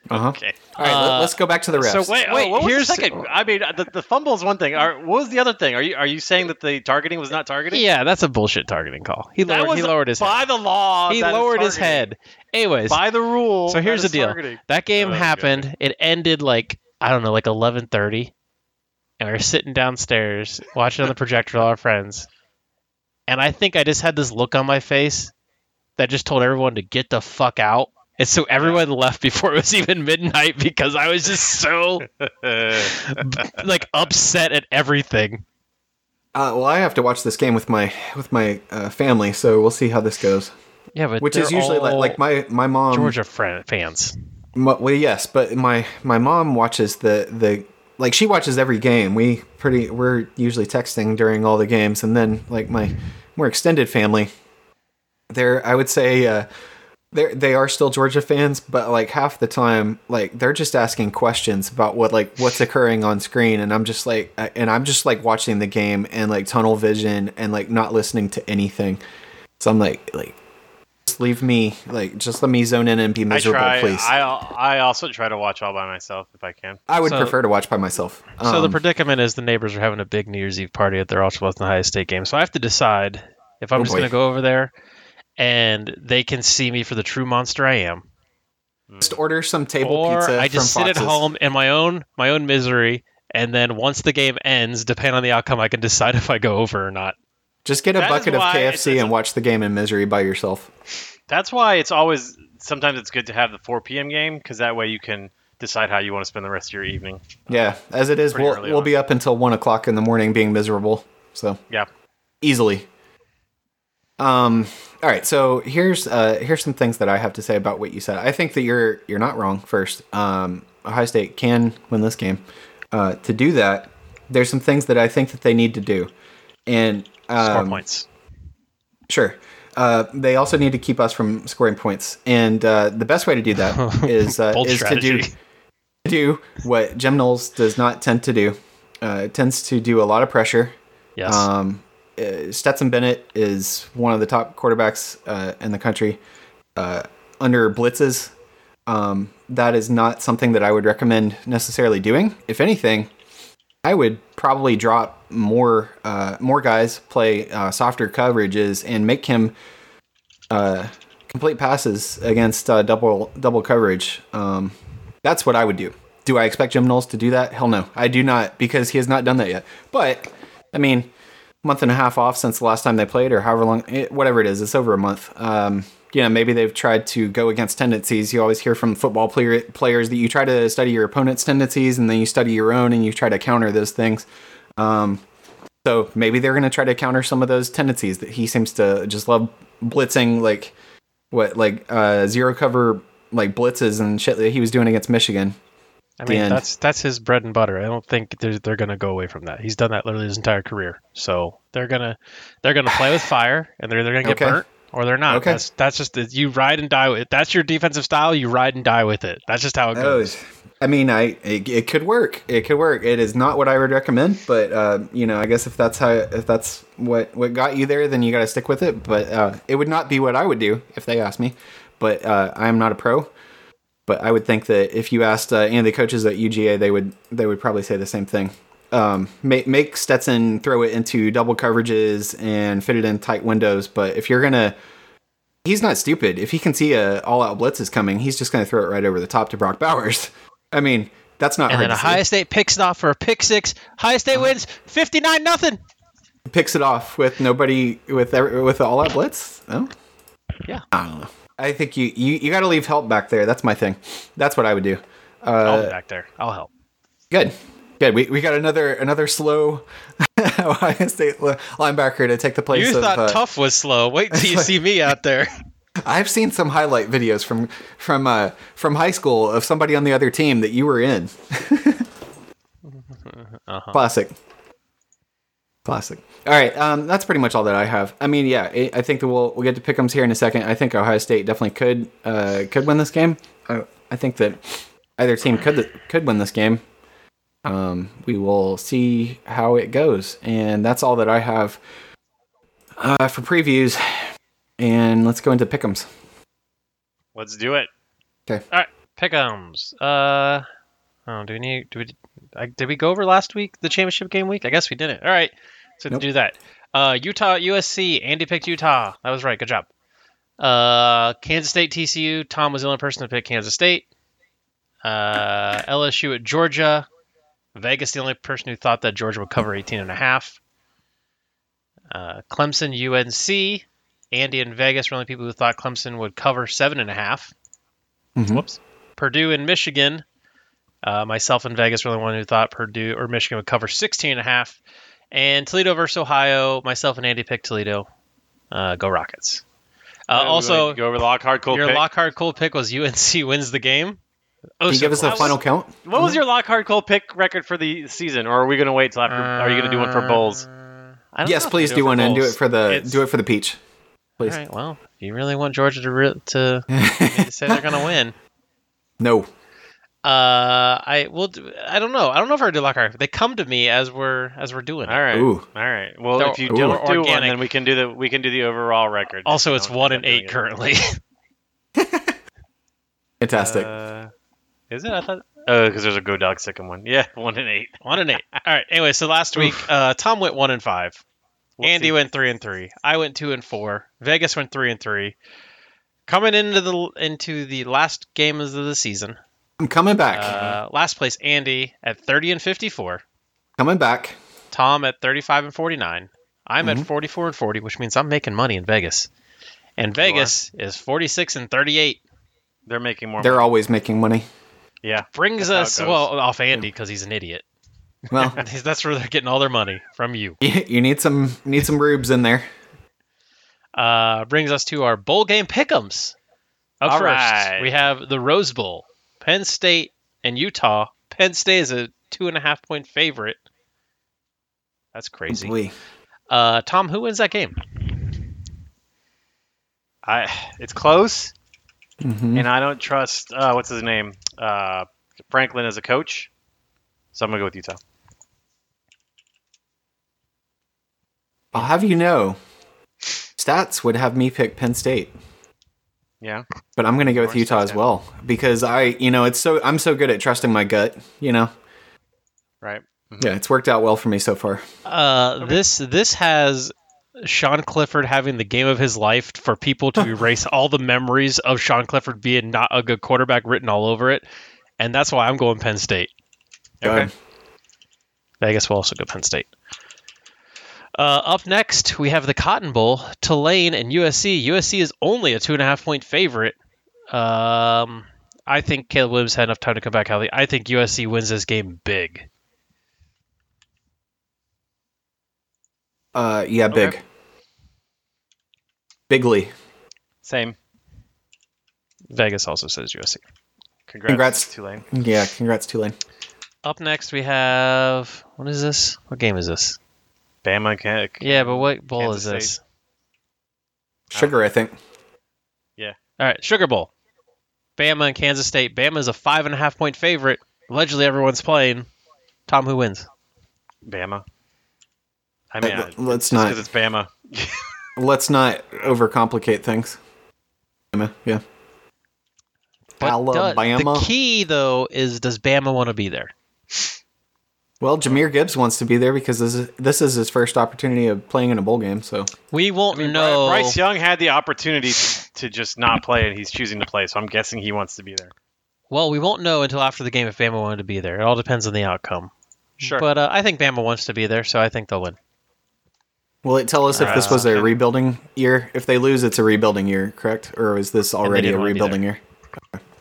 Uh-huh.
Okay.
All right, let,
Uh,
us go back to the refs.
so
Wait,
Wait,
oh, what was
here's-
the second? I mean, uh, the, the fumble is one thing. Are, what was the other thing? Are you are you saying that the targeting was not targeting?
Yeah, that's a bullshit targeting call. He
that
lowered,
was
he lowered his
by
head.
the law.
He
that is
lowered his
targeting.
head. Anyways,
by the rule.
so here's
that
the
is
deal.
targeting.
That game
Oh,
happened. It ended like I don't know, like 11:30, and we were sitting downstairs watching on the projector with all our friends. And I think I just had this look on my face that just told everyone to get the fuck out. And so everyone left before it was even midnight because I was just so like
[laughs]
upset at everything.
Uh, well, I have to watch this game with my with my uh, family, so we'll see how this goes.
Yeah, but
Which is
they're
usually like,
all
like my um, my mom.
Georgia fran- fans.
my- well, yes, but my my mom watches the the like she watches every game. We pretty we're usually texting during all the games, and then like my more extended family, they're I would say uh, they they are still Georgia fans, but like half the time, like they're just asking questions about what like what's occurring on screen, and I'm just like, I- and I'm just like watching the game and like tunnel vision and like not listening to anything. So I'm like, like, just leave me, like, just let me zone in and be
I
miserable,
try.
please.
I I also try to watch all by myself if I can.
I would
So-
prefer to watch by myself.
So the
Um,
predicament is the neighbors are having a big New Year's Eve party at their Washington High State game. So I have to decide if I'm
Oh,
just
boy.
going to go over there and they can see me for the true monster I am,
just order some table
or
pizza.
I just
from
sit at
Fox's.
home in my own my own misery. And then once the game ends, depending on the outcome, I can decide [laughs] if I go over or not.
Just get a
That is
bucket of
why it
KFC
doesn't-
and watch the game in misery by yourself.
That's why it's always sometimes it's good to have the 4 p.m. game because that way you can decide how you want to spend the rest of your evening.
Yeah, as it is,
Pretty
we'll
early
we'll
on.
be up until one o'clock in the morning being miserable. So
Yeah.
easily. Um. All right. So here's uh here's some things that I have to say about what you said. I think that you're you're not wrong. First, um, Ohio State can win this game. Uh, to do that, there's some things that I think that they need to do, and
Score
um,
points.
Sure. Uh, they also need to keep us from scoring points, and uh, the best way to do
[laughs]
that is uh,
Bold
is to do
strategy.
to do what Jim Knowles does not tend to do. Uh, it tends to do a lot of pressure.
Yes.
Um, uh, Stetson Bennett is one of the top quarterbacks uh, in the country uh, under blitzes. Um, that is not something that I would recommend necessarily doing. If anything, I would probably drop more uh, more guys, play uh, softer coverages, and make him uh, complete passes against uh, double double coverage. Um, that's what I would do. Do I expect Jim Knowles to do that? Hell no, I do not because he has not done that yet. But I mean, month and a half off since the last time they played, or however long, it, whatever it is, it's over a month. Um, you know, maybe they've tried to go against tendencies. You always hear from football player, players that you try to study your opponent's tendencies, and then you study your own, and you try to counter those things. Um, So maybe they're going to try to counter some of those tendencies that he seems to just love blitzing, like what, like uh, zero cover, like blitzes and shit that he was doing against Michigan.
I mean,
end.
that's that's his bread and butter. I don't think they're, they're going to go away from that. He's done that literally his entire career. So they're gonna they're gonna play
[sighs]
with fire, and they're they're gonna get
Okay.
burnt, or they're not.
Okay.
That's that's just you ride and die with. That's your defensive style. You ride and die with it. That's just how it
Oh,
goes.
I mean, I it, it could work. It could work. It is not what I would recommend, but uh, you know, I guess if that's how if that's what what got you there, then you got to stick with it. But uh, it would not be what I would do if they asked me. But uh, I am not a pro. But I would think that if you asked uh, any of the coaches at UGA, they would they would probably say the same thing. Um, make, make Stetson throw it into double coverages and fit it in tight windows. But if you're gonna he's not stupid. If he can see a all out blitz is coming, he's just going to throw it right over the top to Brock Bowers. [laughs] I mean, that's not
and
hard
then
to
Ohio
see.
State picks it off for a pick six. Ohio State
Uh-huh.
wins fifty nine nothing.
Picks it off with nobody with every, with the all out blitz. No,
Yeah.
I don't know. I think you you, you got to leave help back there. That's my thing. That's what I would do.
I'll be back there. I'll help.
Good. Good. We, we got another another slow [laughs] Ohio State li- linebacker to take the place
You
of
thought
uh,
tough was slow.
[laughs]
Wait till you see me out there.
I've seen some highlight videos from from uh, from high school of somebody on the other team that you were in. Classic. Classic. All right, um, that's pretty much all that I have. I mean, yeah, i I think that we'll we'll get to pickums here in a second. I think Ohio State definitely could uh, could win this game. I, I think that either team could could win this game. Um, we will see how it goes, and that's all that I have uh, for previews. And let's go into pickums.
Let's do it.
All right, pickums. Uh, oh, do we need? Do we? I, did we go over last week the championship game week? I guess we didn't. All right, so
Nope.
do that. Uh, Utah at USC. Andy picked Utah. That was right. Good job. Uh, Kansas State TCU. Tom was the only person to pick Kansas State. Uh, LSU at Georgia. Vegas the only person who thought that Georgia would cover 18 and a half. Uh, Clemson UNC. Andy and Vegas were the only people who thought Clemson would cover seven and a half.
Mhm.
Whoops. Purdue and Michigan. Uh, myself and Vegas were the one who thought Purdue or Michigan would cover 16 and a half. And Toledo versus Ohio. Myself and Andy picked Toledo. Uh, go Rockets. Uh,
Uh,
also,
we go over the Lockhart cool
your
pick.
Lockhart cool pick was UNC [laughs] wins the game. Oh,
Can you
so
give us the
close.
final count?
What was your Lockhart Cole pick record for the season, or are we going to wait till after? are you going to do one for bowls?
Uh, I don't
Yes,
know if
please
they
do
it for
one and do it
bowls.
for the
It's-
do it for the peach. Please. [laughs]
All right. Well, if you really want Georgia to re- to to say they're gonna win,
No.
uh, I will. Do, I don't know. I don't know if I do Lockhart. They come to me as we're as we're doing.
All
it.
right,
Ooh.
all right. Well,
They're-
if you
Ooh.
don't do one,
organic.
then we can do the we can do the overall record.
Also,
I
it's
don't
one
think
and
I'm doing
eight
it.
currently. [laughs]
Fantastic.
Uh, is it? I thought. Oh, because there's a Go Dog Sikkim one. Yeah, one and eight.
one and eight. All right. Anyway, so last week, uh, Tom went one and five.
We'll
Andy
see.
went three and three. I went two and four. Vegas went three and three. Coming into the into the last game of the season,
I'm coming back.
uh,
Mm-hmm.
last place Andy at thirty and fifty four.
coming back.
Tom at 35 and 49. I'm
Mm-hmm.
at 44 and 40, which means I'm making money in Vegas. And Vegas is 46 and 38.
They're making more.
They're
money.
always making money.
Yeah.
Brings
That's
us
how it
well off Andy because he's an idiot. [laughs]
Well,
That's where they're getting all their money from you.
you, you need some need some rubes in there.
Uh, brings us to our bowl game pick'ems. Up
All
first,
right.
we have the Rose Bowl, Penn State and Utah. Penn State is a two and a half point favorite. That's crazy.
Boy.
Uh, Tom, who wins that game?
I it's close,
Mhm.
and I don't trust uh, what's his name uh, Franklin as a coach, so I'm gonna go with Utah.
I'll have you know, stats would have me pick Penn State,
Yeah.
but I'm going to go with
course,
Utah as
okay.
well because I, you know, it's so I'm so good at trusting my gut. You know,
Right. Mhm.
yeah, it's worked out well for me so far.
Uh, This this has Sean Clifford having the game of his life for people to erase all the memories of Sean Clifford being not a good quarterback written all over it, and that's why I'm going Penn State.
Okay.
Um,
I guess we'll also go Penn State. Uh, up next, we have the Cotton Bowl, Tulane and USC. USC is only a two and a half point favorite. Um, I think Caleb Williams had enough time to come back healthy. I think USC wins this game big.
Uh, yeah,
Okay.
big, bigly.
Same.
Vegas also says USC.
Congrats,
Congrats.
Tulane.
Yeah, congrats Tulane.
Up next, we have what is this? What game is this?
Bama can
Yeah, but what bowl
Kansas
is this?
Sugar, I think.
All right, Sugar Bowl. Bama and Kansas State. Bama is a five and a half point favorite. Allegedly, everyone's playing. Tom, who wins?
Bama. I mean,
Uh,
I-
let's
just 'cause
not-
it's Bama.
Let's not overcomplicate things. Alabama, Yeah.
But do-
Alabama.
the key, though, is does Bama want to be there?
well, Jameer Gibbs wants to be there because this is, this is his first opportunity of playing in a bowl game. So
We won't
I mean, Bry-
know.
Bryce Young had the opportunity to, to just not play, and he's choosing to play. So I'm guessing he wants to be there.
Well, we won't know until after the game if Bama wanted to be there. It all depends on the outcome.
Sure.
But uh, I think Bama wants to be there, so I think they'll win.
will it tell us if this
Uh,
was a
and-
rebuilding year? If they lose, it's a rebuilding year, correct? Or is this already a
didn't wanna be
rebuilding year?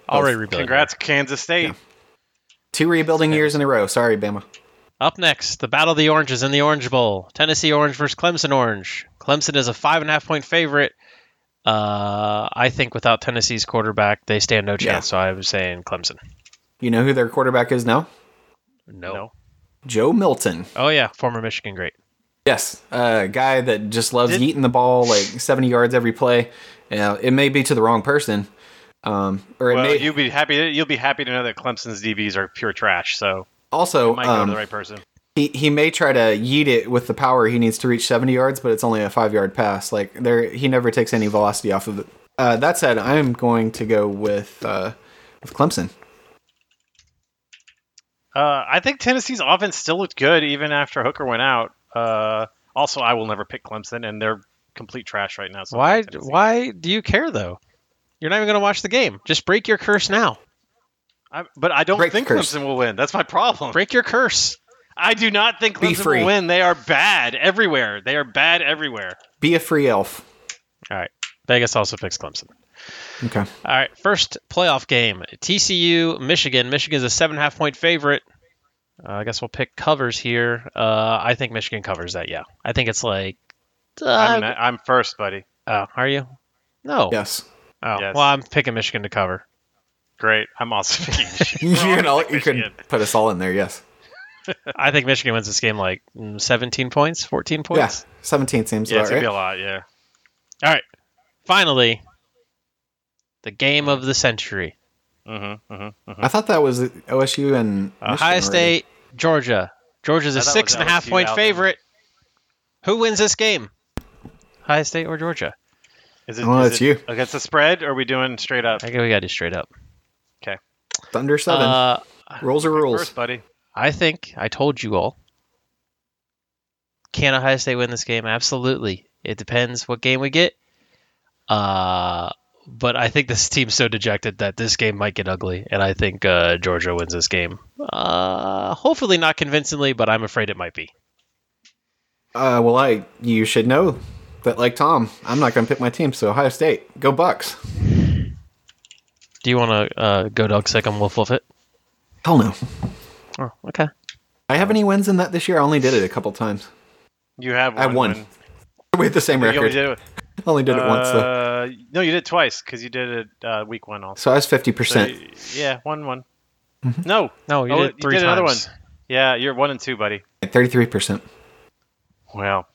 Already rebuilding.
Congrats, Kansas State.
Two rebuilding years in a row. Sorry, Bama.
Up next, the Battle of the Oranges in the Orange Bowl. Tennessee Orange versus Clemson Orange. Clemson is a five and a half point favorite. Uh, I think without Tennessee's quarterback, they stand no chance.
Yeah.
So I'm saying Clemson.
You know who their quarterback is now?
No.
No.
Joe Milton.
Oh yeah, former Michigan great.
Yes, a guy that just loves
Did-
eating the ball like 70 yards every play. Yeah, it may be to the wrong person. Um, or it
Well,
may
you'll be happy. To, you'll be happy to know that Clemson's DBs are pure trash. So
also
might go
um,
to the right person.
he, he may try to yeet it with the power he needs to reach 70 yards, but it's only a five yard pass. Like there, he never takes any velocity off of it. Uh, that said, I am going to go with uh, with Clemson.
Uh, I think Tennessee's offense still looked good even after Hooker went out. Uh, also, I will never pick Clemson, and they're complete trash right now. So I'll
Why?
pick Tennessee.
Why do you care though? You're not even gonna watch the game. Just break your curse now.
I, but I don't
Break
think
the curse.
Clemson will win. That's my problem.
Break your curse.
I do not think
Be
Clemson
free.
will win. They are bad everywhere. They are bad everywhere.
Be a free elf.
All right. Vegas also picks Clemson.
Okay.
Oh.
All right. First playoff game TCU, Michigan. Michigan's a seven and a half point favorite. Uh, I guess we'll pick covers here. Uh, I think Michigan covers that, yeah. I think it's like.
I'm,
Uh,
not- I'm first, buddy.
oh, are you? No.
[laughs]
Yes.
Oh,
Yes.
Well, I'm picking Michigan to cover.
Great. I'm also [laughs] picking
[laughs]
Michigan.
you can all,
pick
you can
Michigan.
put us all in there. Yes.
I think Michigan wins this game like mm, 17 points, 14 points.
Yeah. 17 seems
Yeah,
about
it's gonna
right.
be a lot. Yeah.
All right. Finally, the game of the century
Mm-hmm. Mm-hmm.
I thought that was OSU and Michigan
Ohio
already.
State, Georgia. Georgia's
I
a
thought it
six
was
and a half
LSU
point
out there.
favorite. Who wins this game? Ohio State or Georgia?
Is it?
Well,
is
it's
it
Oh, you.
Against the spread, or are we doing straight up?
I think we got to straight up.
Thunder seven.
Uh,
rules are rules.
First, buddy.
I think I told you all. Can Ohio State win this game? Absolutely. It depends what game we get. Uh, but I think this team's so dejected that this game might get ugly, and I think uh, Georgia wins this game. Uh, hopefully not convincingly, but I'm afraid it might be.
Uh, well, I you should know that like Tom, I'm not going to pick my team. So Ohio State, go Bucks.
Do you want to uh, go dog sick on Wolf Wolf it?
Hell no.
Oh, okay.
I have any wins in that this year. I only did it a couple times.
You have
I
one.
won.
win.
[laughs] We had the same
You only
record.
did it,
Only did it once though.
uh, No, you did it twice because you did it uh, week one also.
So I was fifty
So
percent.
you- yeah, one one. No,
No, you
Oh,
did it three times.
another one. Yeah, you're one and two, buddy.
Thirty-three percent.
Well,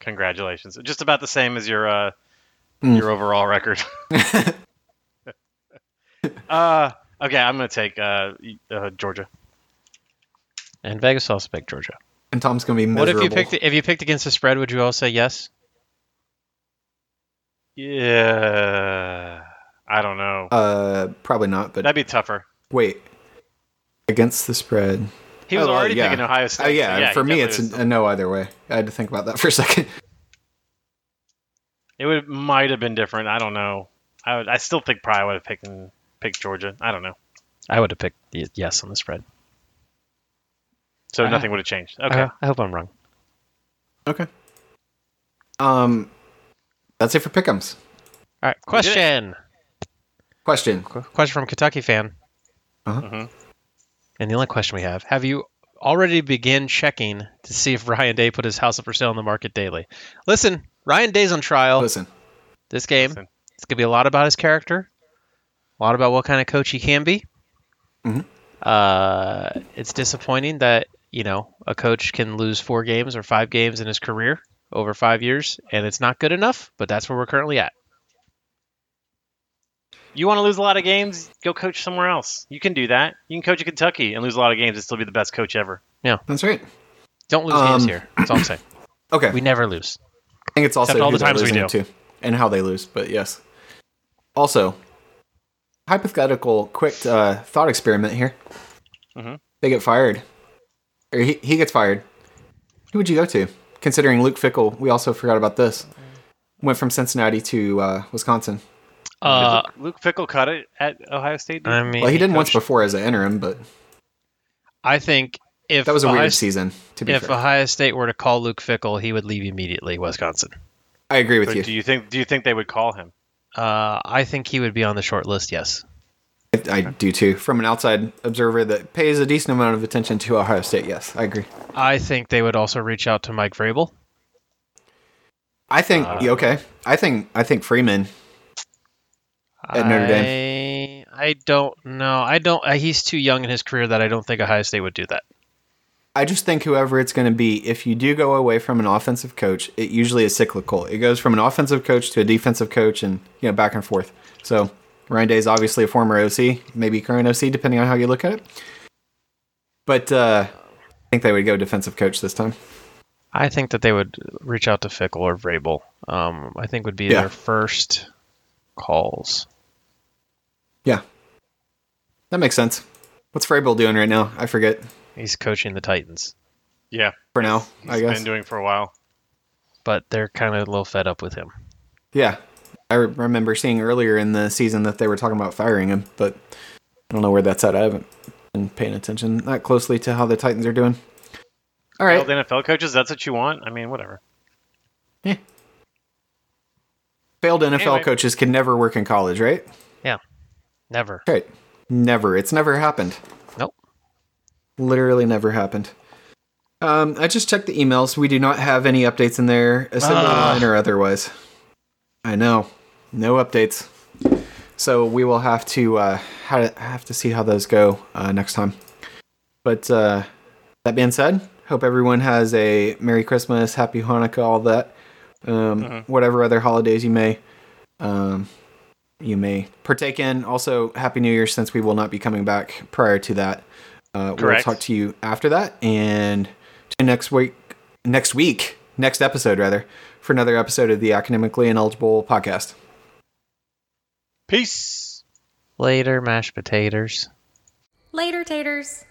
congratulations. Just about the same as your uh,
Mm.
your
[laughs]
overall record. [laughs] uh, okay, I'm gonna take uh, uh, Georgia.
And Vegas also picked Georgia.
And Tom's gonna be
What
miserable.
if you picked if you picked against the spread? Would you all say yes?
Yeah, I don't know.
Uh, probably not. But
That'd be tougher.
wait, against the spread.
He was
Oh, well,
already
yeah.
thinking Ohio
Oh
State.
yeah,
so
for
he
me it's
definitely
a, a
was-
no either way. I had to think about that [laughs] for a second.
it would might have been different. I don't know. I would, I still think probably would have picked picked Georgia. I don't know.
I would have picked y- yes on the spread.
So
Uh-huh.
Uh,
nothing would have changed. Okay.
Uh, I hope I'm wrong.
Okay. Um, that's it for Pickums.
All right.
We did it.
Question.
Question.
Qu- Question from Kentucky fan.
Mhm.
Mm-hmm. And the only question we have: Have you already begin checking to see if Ryan Day put his house up for sale on the market daily? Listen, Ryan Day's on trial.
Listen,
this game.
Listen.
It's gonna be a lot about his character, a lot about what kind of coach he can be.
Mhm.
Uh, it's disappointing that you know a coach can lose four games or five games in his career over five years, and it's not good enough. But that's where we're currently at.
You want to lose a lot of games? Go coach somewhere else. You can do that. You can coach at Kentucky and lose a lot of games and still be the best coach ever.
that's right.
Don't lose games
Um,
here. That's all
[clears throat]
I'm saying.
Okay,
We never lose.
I think it's also
except all
who
the
they're
times we
losing to and how they lose. But yes. Also, hypothetical quick uh, thought experiment here.
Mhm.
They get fired, or he, he gets fired. Who would you go to? Considering Luke Fickle, we also forgot about this. Went from Cincinnati to uh, Wisconsin.
Uh,
Did Luke, Luke Fickle cut it at Ohio State. dude?
I mean,
Well, he did once
coached-
before as an interim, but
I think if
that was a
Ohio,
weird
S-
season. To be
If
fair,
Ohio State were to call Luke Fickle, he would leave immediately. Wisconsin.
I agree
So
with you.
do you think do you think they would call him?
Uh, I think he would be on the short list. Yes.
I, I do too. From an outside observer that pays a decent amount of attention to Ohio State, yes, I agree.
I think they would also reach out to Mike Vrabel.
I think
Uh,
yeah, okay. I think I think Freeman. At Notre
Dame. I don't know. I don't. Uh, he's too young in his career that I don't think Ohio State would do that.
I just think whoever it's going to be, if you do go away from an offensive coach, it usually is cyclical. It goes from an offensive coach to a defensive coach, and you know back and forth. So Ryan Day is obviously a former OC, maybe current OC, depending on how you look at it. But uh, I think they would go defensive coach this time.
I think that they would reach out to Fickle or Vrabel. Um, I think would be
Yeah.
their first calls.
That makes sense. What's Frabel doing right now? I forget.
He's coaching the Titans,
Yeah,
For now, I
he's
guess.
been doing for a while.
but they're kind of a little fed up with him.
Yeah. I re- remember seeing earlier in the season that they were talking about firing him, but I don't know where that's at. I haven't been paying attention that closely to how the Titans are doing. All right.
Failed NFL coaches. That's what you want. I mean, whatever.
Failed NFL
Anyway.
coaches can never work in college, right?
Never.
Right. Never. It's never happened.
Nope.
Literally never happened. Um, I just checked the emails. We do not have any updates in there, assembly
Ah.
line or otherwise. I know, no updates. So we will have to uh, ha- have to see how those go uh, next time. But uh, that being said, hope everyone has a Merry Christmas, Happy Hanukkah, all that, um, whatever other holidays you may um, you may partake in. Also, Happy New Year since we will not be coming back prior to that. Uh, we'll
Correct.
talk to you after that and to next week, next week, next episode rather, for another episode of the Academically Ineligible podcast.
Peace.
Later, mashed potatoes.
Later, taters.